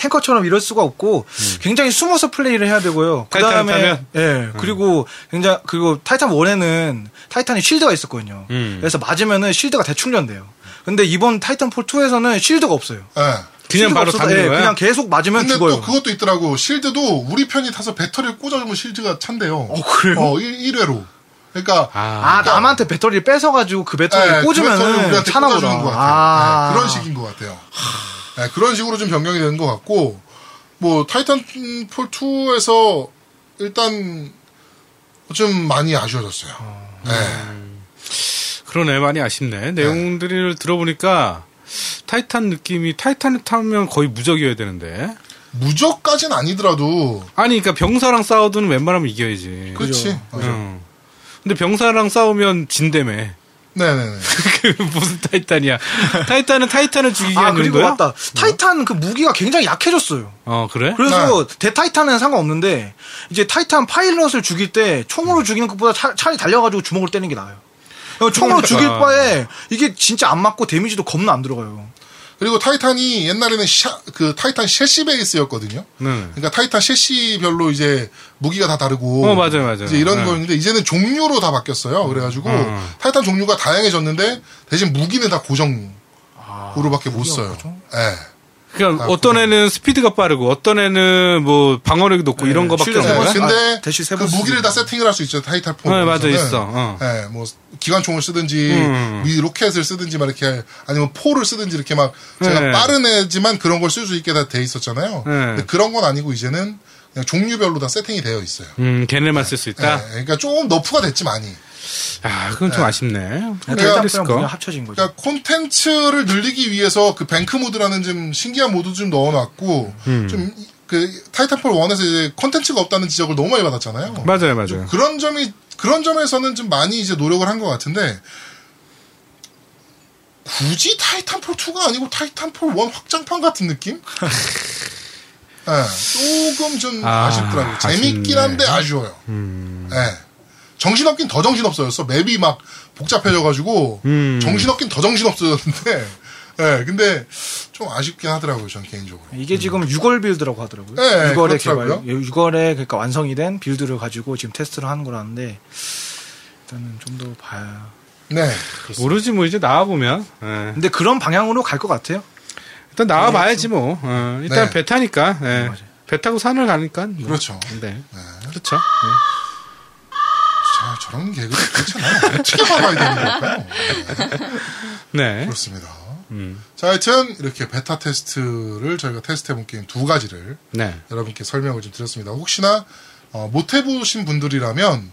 [SPEAKER 4] 탱커처럼 이럴 수가 없고 굉장히 숨어서 플레이를 해야 되고요.
[SPEAKER 2] 음. 타이탄을
[SPEAKER 4] 그다음에
[SPEAKER 2] 타면?
[SPEAKER 4] 예 그리고 굉장히 그리고 타이탄 1에는 타이탄이 실드가 있었거든요.
[SPEAKER 2] 음.
[SPEAKER 4] 그래서 맞으면은 실드가 대충전돼요. 근데 이번 타이탄 폴 2에서는 실드가 없어요.
[SPEAKER 1] 예.
[SPEAKER 2] 그냥
[SPEAKER 4] 실드가
[SPEAKER 2] 바로
[SPEAKER 4] 없어서,
[SPEAKER 2] 닿는
[SPEAKER 4] 예,
[SPEAKER 2] 거야?
[SPEAKER 4] 그냥 계속 맞으면
[SPEAKER 1] 근데
[SPEAKER 4] 죽어요.
[SPEAKER 1] 또 그것도 있더라고. 실드도 우리 편이 타서 배터리를 꽂아주면 실드가 찬대요. 어,
[SPEAKER 4] 그래요?
[SPEAKER 1] 1, 회로 그러니까.
[SPEAKER 2] 아.
[SPEAKER 4] 아 남한테 배터리를 뺏어가지고 그 배터리를
[SPEAKER 1] 예, 그 배터리를
[SPEAKER 4] 꽂으면은
[SPEAKER 1] 우리한테
[SPEAKER 4] 차나 보다.
[SPEAKER 1] 꽂아주는 것 같아요.
[SPEAKER 4] 아.
[SPEAKER 1] 예, 그런 식인 것 같아요. 예, 그런 식으로 좀 변경이 되는 것 같고, 뭐, 타이탄폴 2에서 일단 좀 많이 아쉬워졌어요. 예.
[SPEAKER 2] 그러네. 많이 아쉽네. 내용들을 들어보니까 타이탄 느낌이 타이탄을 타면 거의 무적이어야 되는데.
[SPEAKER 1] 무적까진 아니더라도,
[SPEAKER 2] 아니, 그러니까 병사랑 싸우든 웬만하면 이겨야지.
[SPEAKER 4] 음.
[SPEAKER 1] 그렇지. 어.
[SPEAKER 2] 응. 근데 병사랑 싸우면 진대매.
[SPEAKER 1] 네네네.
[SPEAKER 2] 그 무슨 타이탄이야? 타이탄은 타이탄을 죽이기 위한
[SPEAKER 4] 아 그리고
[SPEAKER 2] 용도야?
[SPEAKER 4] 맞다.
[SPEAKER 1] 네.
[SPEAKER 4] 타이탄 그 무기가 굉장히 약해졌어요.
[SPEAKER 2] 어 그래?
[SPEAKER 4] 그래서
[SPEAKER 1] 네.
[SPEAKER 4] 대타이탄은 상관없는데 이제 타이탄 파일럿을 죽일 때
[SPEAKER 1] 음.
[SPEAKER 4] 총으로 죽이는 것보다 차, 차라리 달려가지고 주먹으로 때리는 게 나아요. 그러니까 총으로
[SPEAKER 2] 그러니까.
[SPEAKER 4] 죽일
[SPEAKER 1] 아.
[SPEAKER 4] 바에 이게 진짜 안 맞고 데미지도 겁나 안 들어가요.
[SPEAKER 1] 그리고 타이탄이 옛날에는 샤, 그 타이탄 셰시 베이스였거든요.
[SPEAKER 2] 네.
[SPEAKER 1] 그러니까 타이탄 셰시별로 이제 무기가 다 다르고
[SPEAKER 2] 어, 맞아요, 맞아요.
[SPEAKER 1] 이제 이런
[SPEAKER 2] 네. 음,
[SPEAKER 1] 거였는데 이제는 종류로 다 바뀌었어요. 그래가지고 타이탄 종류가 다양해졌는데 대신 무기는 다 고정으로밖에
[SPEAKER 4] 아,
[SPEAKER 1] 못 써요. 예.
[SPEAKER 2] 그러니까
[SPEAKER 1] 아,
[SPEAKER 2] 어떤 애는 스피드가 빠르고 어떤 애는 뭐 방어력이 높고 이런 거밖에
[SPEAKER 4] 실드
[SPEAKER 2] 없는
[SPEAKER 4] 세
[SPEAKER 2] 거야?
[SPEAKER 4] 번 쓰-
[SPEAKER 1] 근데
[SPEAKER 4] 아, 대시 세
[SPEAKER 1] 그
[SPEAKER 4] 번 쓰는
[SPEAKER 1] 무기를 다
[SPEAKER 4] 거.
[SPEAKER 1] 세팅을 할 수 있죠. 타이탄 포.
[SPEAKER 2] 네, 맞아, 있어. 어.
[SPEAKER 1] 예, 뭐 기관총을 쓰든지
[SPEAKER 2] 음.
[SPEAKER 1] 미 로켓을 쓰든지 막 이렇게 아니면 포를 쓰든지 이렇게 막 제가
[SPEAKER 2] 네.
[SPEAKER 1] 빠른 애지만 그런 걸 쓸 수 있게 다 돼 있었잖아요.
[SPEAKER 2] 네.
[SPEAKER 1] 근데 그런 건 아니고 이제는 그냥 종류별로 다 세팅이 되어 있어요.
[SPEAKER 2] 음 걔네만 쓸 수 있다.
[SPEAKER 1] 예, 그러니까 조금 너프가 됐지 많이.
[SPEAKER 2] 아 그건 좀 아쉽네.
[SPEAKER 1] 그러니까-
[SPEAKER 4] 타이탄이랑 무기가 합쳐진 거죠.
[SPEAKER 1] 그러니까 콘텐츠를 늘리기 위해서 그 뱅크 모드라는 좀 신기한 모드 좀 넣어놨고 좀 그 타이탄폴 1에서 이제 콘텐츠가 없다는 지적을 너무 많이 받았잖아요.
[SPEAKER 2] 맞아요, 맞아요.
[SPEAKER 1] 그런 점이 그런 점에서는 좀 많이 이제 노력을 한 것 같은데 굳이 타이탄폴 2가 아니고 타이탄폴 1 확장판 같은 느낌? 예, 조금 좀
[SPEAKER 2] 아,
[SPEAKER 1] 아, 쉽더라고요
[SPEAKER 2] 아쉽네. 음.
[SPEAKER 1] 재밌긴 한데 아쉬워요. 예. 정신없긴 더 정신없어졌어. 맵이 막 복잡해져가지고
[SPEAKER 2] 음.
[SPEAKER 1] 정신없긴 더 정신없어졌는데 예, 근데 좀 아쉽긴 하더라고요. 전 개인적으로.
[SPEAKER 4] 이게 지금 6월 빌드라고 하더라고요.
[SPEAKER 1] 음. 네,
[SPEAKER 4] 6월에 개발,
[SPEAKER 1] 그렇더라고요.
[SPEAKER 4] 6월에 그러니까 완성이 된 빌드를 가지고 지금 테스트를 하는 거라는데 일단은 좀 더 봐야.
[SPEAKER 1] 네.
[SPEAKER 2] 모르지 뭐 이제 나와보면 예.
[SPEAKER 4] 근데 그런 방향으로 갈 것 같아요.
[SPEAKER 2] 일단 나와봐야지 뭐 어, 일단
[SPEAKER 1] 네.
[SPEAKER 2] 배 타니까 예. 배 타고 산을 가니까 뭐.
[SPEAKER 1] 그렇죠.
[SPEAKER 2] 네.
[SPEAKER 1] 네.
[SPEAKER 2] 그렇죠
[SPEAKER 1] 자, 저런 개그 괜찮아요. 어떻게 봐봐야 되는 걸까요?
[SPEAKER 2] 네.
[SPEAKER 1] 그렇습니다.
[SPEAKER 2] 음.
[SPEAKER 1] 자, 하여튼 이렇게 베타 테스트를 저희가 테스트해본 게임 두 가지를
[SPEAKER 2] 네.
[SPEAKER 1] 여러분께 설명을 좀 드렸습니다. 혹시나 어, 못 해보신 분들이라면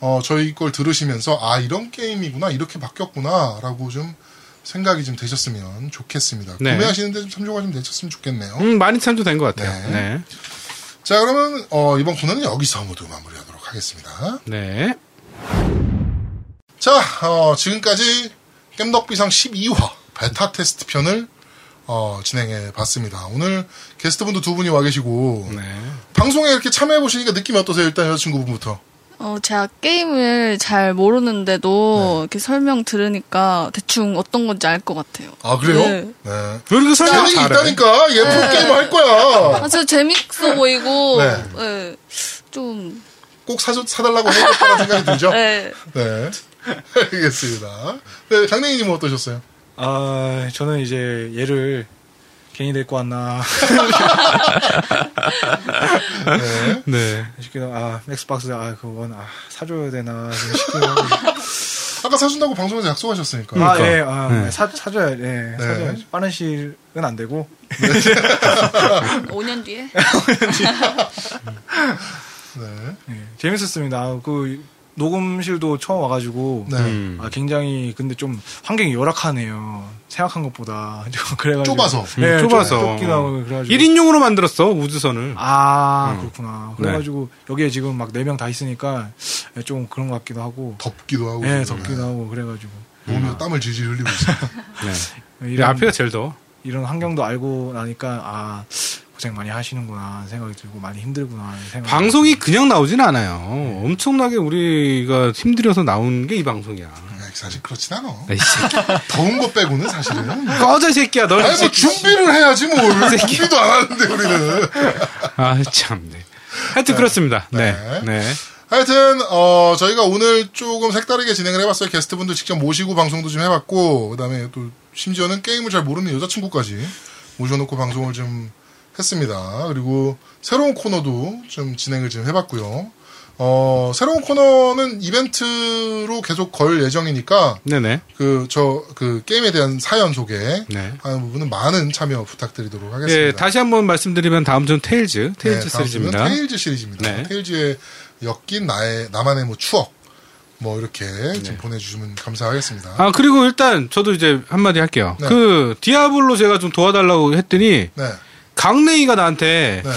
[SPEAKER 1] 어, 저희 걸 들으시면서 아 이런 게임이구나 이렇게 바뀌었구나라고 좀 생각이 좀 되셨으면 좋겠습니다.
[SPEAKER 2] 네.
[SPEAKER 1] 구매하시는데 좀 참조가 좀 되셨으면 좋겠네요.
[SPEAKER 2] 음, 많이 참조 된 것 같아요. 네.
[SPEAKER 1] 자 그러면 어, 이번 코너는 여기서 모두 마무리하도록 하겠습니다.
[SPEAKER 2] 네.
[SPEAKER 1] 자 어, 지금까지 겜덕비상 12화 베타 테스트 편을 어, 진행해 봤습니다. 오늘 게스트분도 두 분이 와 계시고
[SPEAKER 2] 네.
[SPEAKER 1] 방송에 이렇게 참여해 보시니까 느낌이 어떠세요? 일단 여자친구분부터.
[SPEAKER 3] 어, 제가 게임을 잘 모르는데도 이렇게 설명 들으니까 대충 어떤 건지 알 것 같아요.
[SPEAKER 1] 아 그래요?
[SPEAKER 3] 네.
[SPEAKER 1] 네.
[SPEAKER 2] 왜
[SPEAKER 4] 아,
[SPEAKER 2] 이렇게 설명
[SPEAKER 1] 재능이
[SPEAKER 2] 잘해?
[SPEAKER 1] 있다니까 얘뭐 프로게이머 할 거야
[SPEAKER 3] 아주 재밌어 보이고,
[SPEAKER 1] 네.
[SPEAKER 3] 예, 좀,
[SPEAKER 1] 꼭 사줘, 사달라고 해야겠다는 생각이 들죠
[SPEAKER 3] 예.
[SPEAKER 1] 네 알겠습니다 네, 장래희님은 어떠셨어요?
[SPEAKER 4] 아, 저는 이제 얘를 괜히 데리고 왔나
[SPEAKER 1] 네.
[SPEAKER 2] 네.
[SPEAKER 4] 싶기도 아 맥스박스 아 그건 아 사줘야 되나 좀 싶기도
[SPEAKER 1] 아까 사준다고 방송에서 약속하셨으니까
[SPEAKER 4] 아
[SPEAKER 2] 그러니까.
[SPEAKER 4] 예, 아,
[SPEAKER 2] 네.
[SPEAKER 4] 사 사줘야 예, 사줘야지. 빠른 시일은 안 되고
[SPEAKER 3] 5년 뒤에?
[SPEAKER 1] 네.
[SPEAKER 4] 예, 재밌었습니다. 아, 그 녹음실도 처음 와가지고
[SPEAKER 1] 네.
[SPEAKER 2] 음.
[SPEAKER 4] 아 굉장히 근데 좀 환경이 열악하네요. 생각한 것보다 좀 그래가지고
[SPEAKER 1] 좁아서.
[SPEAKER 4] 예,
[SPEAKER 2] 음,
[SPEAKER 4] 좁-
[SPEAKER 2] 좁아서.
[SPEAKER 4] 좁기도 하고 그래가지고
[SPEAKER 2] 1인용으로 만들었어, 우주선을.
[SPEAKER 4] 아 그렇구나.
[SPEAKER 2] 네.
[SPEAKER 4] 그래가지고 여기에 지금 막 네 명 다 있으니까 예, 좀 그런 것 같기도 하고
[SPEAKER 1] 덥기도 하고
[SPEAKER 4] 예
[SPEAKER 1] 지금.
[SPEAKER 4] 덥기도 하고 그래가지고
[SPEAKER 1] 몸에 땀을 질질 흘리고 있어요
[SPEAKER 2] 네. 이
[SPEAKER 4] 이런
[SPEAKER 2] 앞에가 제일 더워.
[SPEAKER 4] 이런 환경도 알고 나니까 아 고생 많이 하시는구나 생각이 들고 많이 힘들구나 생각.
[SPEAKER 2] 방송이 그냥 나오진 않아요. 엄청나게 우리가 힘들여서 나온 게 이 방송이야.
[SPEAKER 1] 네, 사실 그렇진 않아
[SPEAKER 2] 나 이 새끼.
[SPEAKER 1] 더운 거 빼고는 사실은
[SPEAKER 2] 꺼져, 이 새끼야. 너.
[SPEAKER 1] 아니 뭐 준비를 해야지 뭘 준비도 안 하는데 우리는
[SPEAKER 2] 아, 참. 네. 하여튼 그렇습니다. 네.
[SPEAKER 1] 네.
[SPEAKER 2] 네.
[SPEAKER 1] 하여튼 어 저희가 오늘 조금 색다르게 진행을 해봤어요. 게스트분들 직접 모시고 방송도 좀 해봤고 그다음에 또 심지어는 게임을 잘 모르는 여자친구까지 모셔놓고 방송을 좀 했습니다. 그리고 새로운 코너도 좀 진행을 좀 해봤고요. 어 새로운 코너는 이벤트로 계속 걸 예정이니까
[SPEAKER 2] 네네.
[SPEAKER 1] 그 저 그 게임에 대한 사연 소개
[SPEAKER 2] 네.
[SPEAKER 1] 하는 부분은 아, 많은 참여 부탁드리도록 하겠습니다.
[SPEAKER 2] 예, 다시 한번 말씀드리면 다음 주는 테일즈, 테일즈
[SPEAKER 1] 네, 다음
[SPEAKER 2] 시리즈입니다.
[SPEAKER 1] 주는 테일즈 시리즈입니다.
[SPEAKER 2] 네.
[SPEAKER 1] 테일즈에 엮인 나의 나만의 뭐 추억 뭐 이렇게 좀 보내주시면 감사하겠습니다.
[SPEAKER 2] 네. 아, 그리고 일단 저도 이제 한마디 할게요.
[SPEAKER 1] 네.
[SPEAKER 2] 그, 디아블로 제가 좀 도와달라고 했더니,
[SPEAKER 1] 네,
[SPEAKER 2] 강냉이가 나한테,
[SPEAKER 1] 네.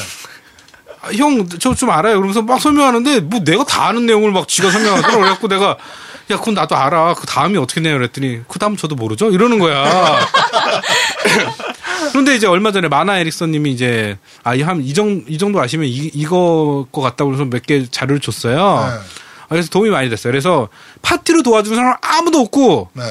[SPEAKER 2] 아, 형, 저 좀 알아요. 그러면서 막 설명하는데, 뭐 내가 다 아는 내용을 막 지가 설명하더라고. 그래갖고 내가, 야, 그건 나도 알아. 그 다음이 어떻게 되냐 그랬더니, 그 다음 저도 모르죠? 이러는 거야. 그런데 이제 얼마 전에 마나 에릭선 님이 이제, 아, 이 한, 이 정도, 이 정도 아시면 이, 이거 것 같다고 그래서 몇 개 자료를 줬어요.
[SPEAKER 1] 네.
[SPEAKER 2] 아, 그래서 도움이 많이 됐어요. 그래서 파티로 도와주는 사람 은 아무도 없고,
[SPEAKER 1] 네.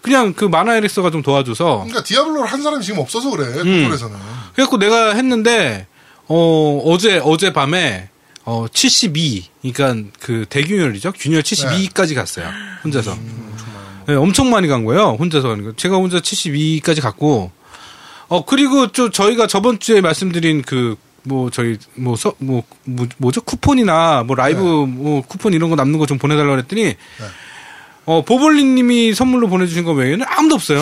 [SPEAKER 2] 그냥 그 마나 에릭서가 좀 도와줘서,
[SPEAKER 1] 그러니까 디아블로를 한 사람이 지금 없어서 그래.
[SPEAKER 2] 음.
[SPEAKER 1] 콘솔에서는.
[SPEAKER 2] 그래갖고 내가 했는데 어 어제 어제 밤에 어 72, 그러니까 그 대균열이죠. 균열 72까지 갔어요. 혼자서. 네, 엄청 많이 간 거예요. 혼자서 가는 거. 제가 혼자 72까지 갔고 어 그리고 저 저희가 저번 주에 말씀드린 그 뭐 저희 뭐 서 뭐 뭐죠 쿠폰이나 뭐 라이브 뭐 쿠폰 이런 거 남는 거 좀 보내달라 그랬더니 어 보볼리님이 선물로 보내주신 거 외에는 아무도 없어요.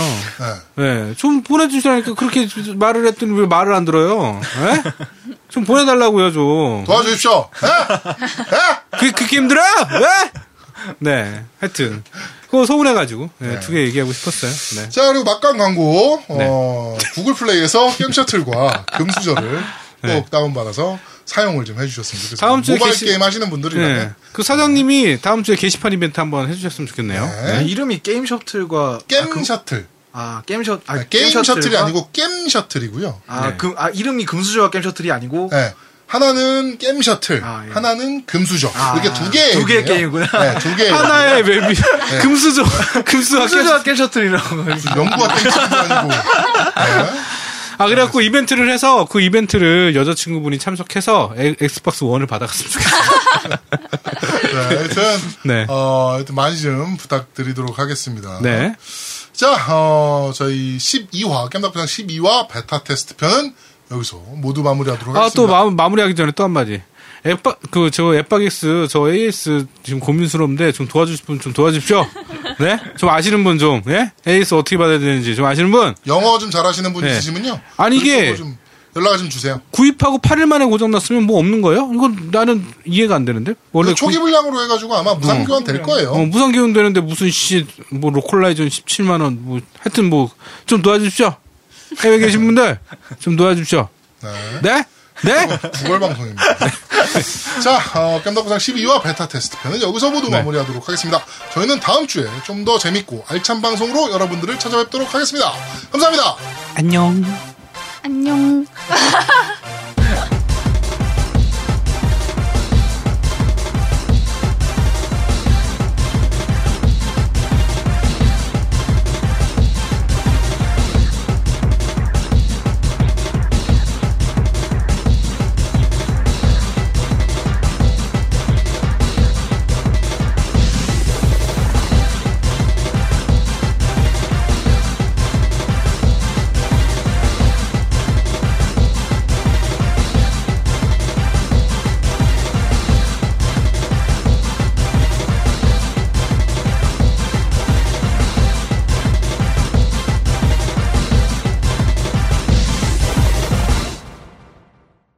[SPEAKER 1] 네.
[SPEAKER 2] 예, 좀 보내주시라니까 그렇게 말을 했더니 왜 말을 안 들어요? 예? 좀 보내달라고요, 좀.
[SPEAKER 1] 도와주십시오. 네?
[SPEAKER 2] 그, 그렇게 힘들어? 예? 네, 하여튼. 그거 서운해가지고, 예, 두 개 얘기하고 싶었어요. 네.
[SPEAKER 1] 자 그리고 막간 광고 어, 구글 플레이에서 게임 셔틀과 금수저를 꼭 다운받아서 사용을 좀 해주셨으면 좋겠습니다.
[SPEAKER 2] 네. 다음 주에
[SPEAKER 1] 모바일
[SPEAKER 2] 게시-
[SPEAKER 1] 게임 하시는 분들이라면
[SPEAKER 2] 예. 그 사장님이 다음 주에 게시판 이벤트 한번 해주셨으면 좋겠네요.
[SPEAKER 1] 네.
[SPEAKER 4] 네, 이름이 게임 셔틀과
[SPEAKER 1] 게임 셔틀
[SPEAKER 4] 아 게임 셔 아,
[SPEAKER 1] 네, 게임 셔틀이 아니고 게임 셔틀이고요.
[SPEAKER 2] 네.
[SPEAKER 4] 아금 아 이름이 금수저와 게임 셔틀이 아니고
[SPEAKER 1] 네. 하나는 게임 셔틀,
[SPEAKER 4] 아, 예.
[SPEAKER 1] 하나는 금수저.
[SPEAKER 4] 아,
[SPEAKER 1] 이렇게 두 개의
[SPEAKER 4] 두 개의
[SPEAKER 1] 앱이에요.
[SPEAKER 4] 게임이구나.
[SPEAKER 1] 네, 두 개의
[SPEAKER 2] 하나의 맵이 금수저 네. 금수저
[SPEAKER 4] 금수저와 게임 셔틀이라고
[SPEAKER 1] 무슨 연구와 땡치도 아니고. 네.
[SPEAKER 2] 아 그래갖고 이벤트를 해서 그 이벤트를 여자친구분이 참석해서 엑- 엑스박스 원을 받아갔으면 좋겠어요.
[SPEAKER 1] 네, 하여튼,
[SPEAKER 2] 네.
[SPEAKER 1] 어, 하여튼 많이 좀 부탁드리도록 하겠습니다.
[SPEAKER 2] 네.
[SPEAKER 1] 자, 어, 저희 12화, 겜덕부장 12화 베타 테스트 편은 여기서 모두 마무리하도록
[SPEAKER 2] 아
[SPEAKER 1] 하겠습니다.
[SPEAKER 2] 또 마무리하기 전에 또 한마디. 앱박 그저 앱박엑스 저 AS 지금 고민스러운데 좀 도와주실 분 좀 도와주십시오. 네? 좀 아시는 분 좀. 예? AS 어떻게 받아야 되는지 좀 아시는 분.
[SPEAKER 1] 영어 좀 잘하시는 분
[SPEAKER 2] 네.
[SPEAKER 1] 있으시면요.
[SPEAKER 2] 아니, 이게-
[SPEAKER 1] 그리고 좀 연락을 좀 주세요.
[SPEAKER 2] 구입하고 8일 만에 고장 났으면 뭐 없는 거예요? 이거 나는 이해가 안 되는데. 원래
[SPEAKER 1] 그 초기 분량으로 해가지고 아마 무상교환 될 거예요.
[SPEAKER 2] 어, 무상 기운 되는데 무슨 씨 뭐 로컬라이전 17만 원 뭐 하여튼 뭐 좀 도와주십시오. 해외 계신 분들 좀 도와주십시오.
[SPEAKER 1] 네.
[SPEAKER 2] 네? 네?
[SPEAKER 1] 구걸방송입니다. 자, 어, 깜덕구상 12화 베타 테스트 편은 여기서 모두 마무리하도록 하겠습니다. 저희는 다음 주에 좀 더 재밌고 알찬 방송으로 여러분들을 찾아뵙도록 하겠습니다. 감사합니다.
[SPEAKER 2] 안녕.
[SPEAKER 3] 안녕.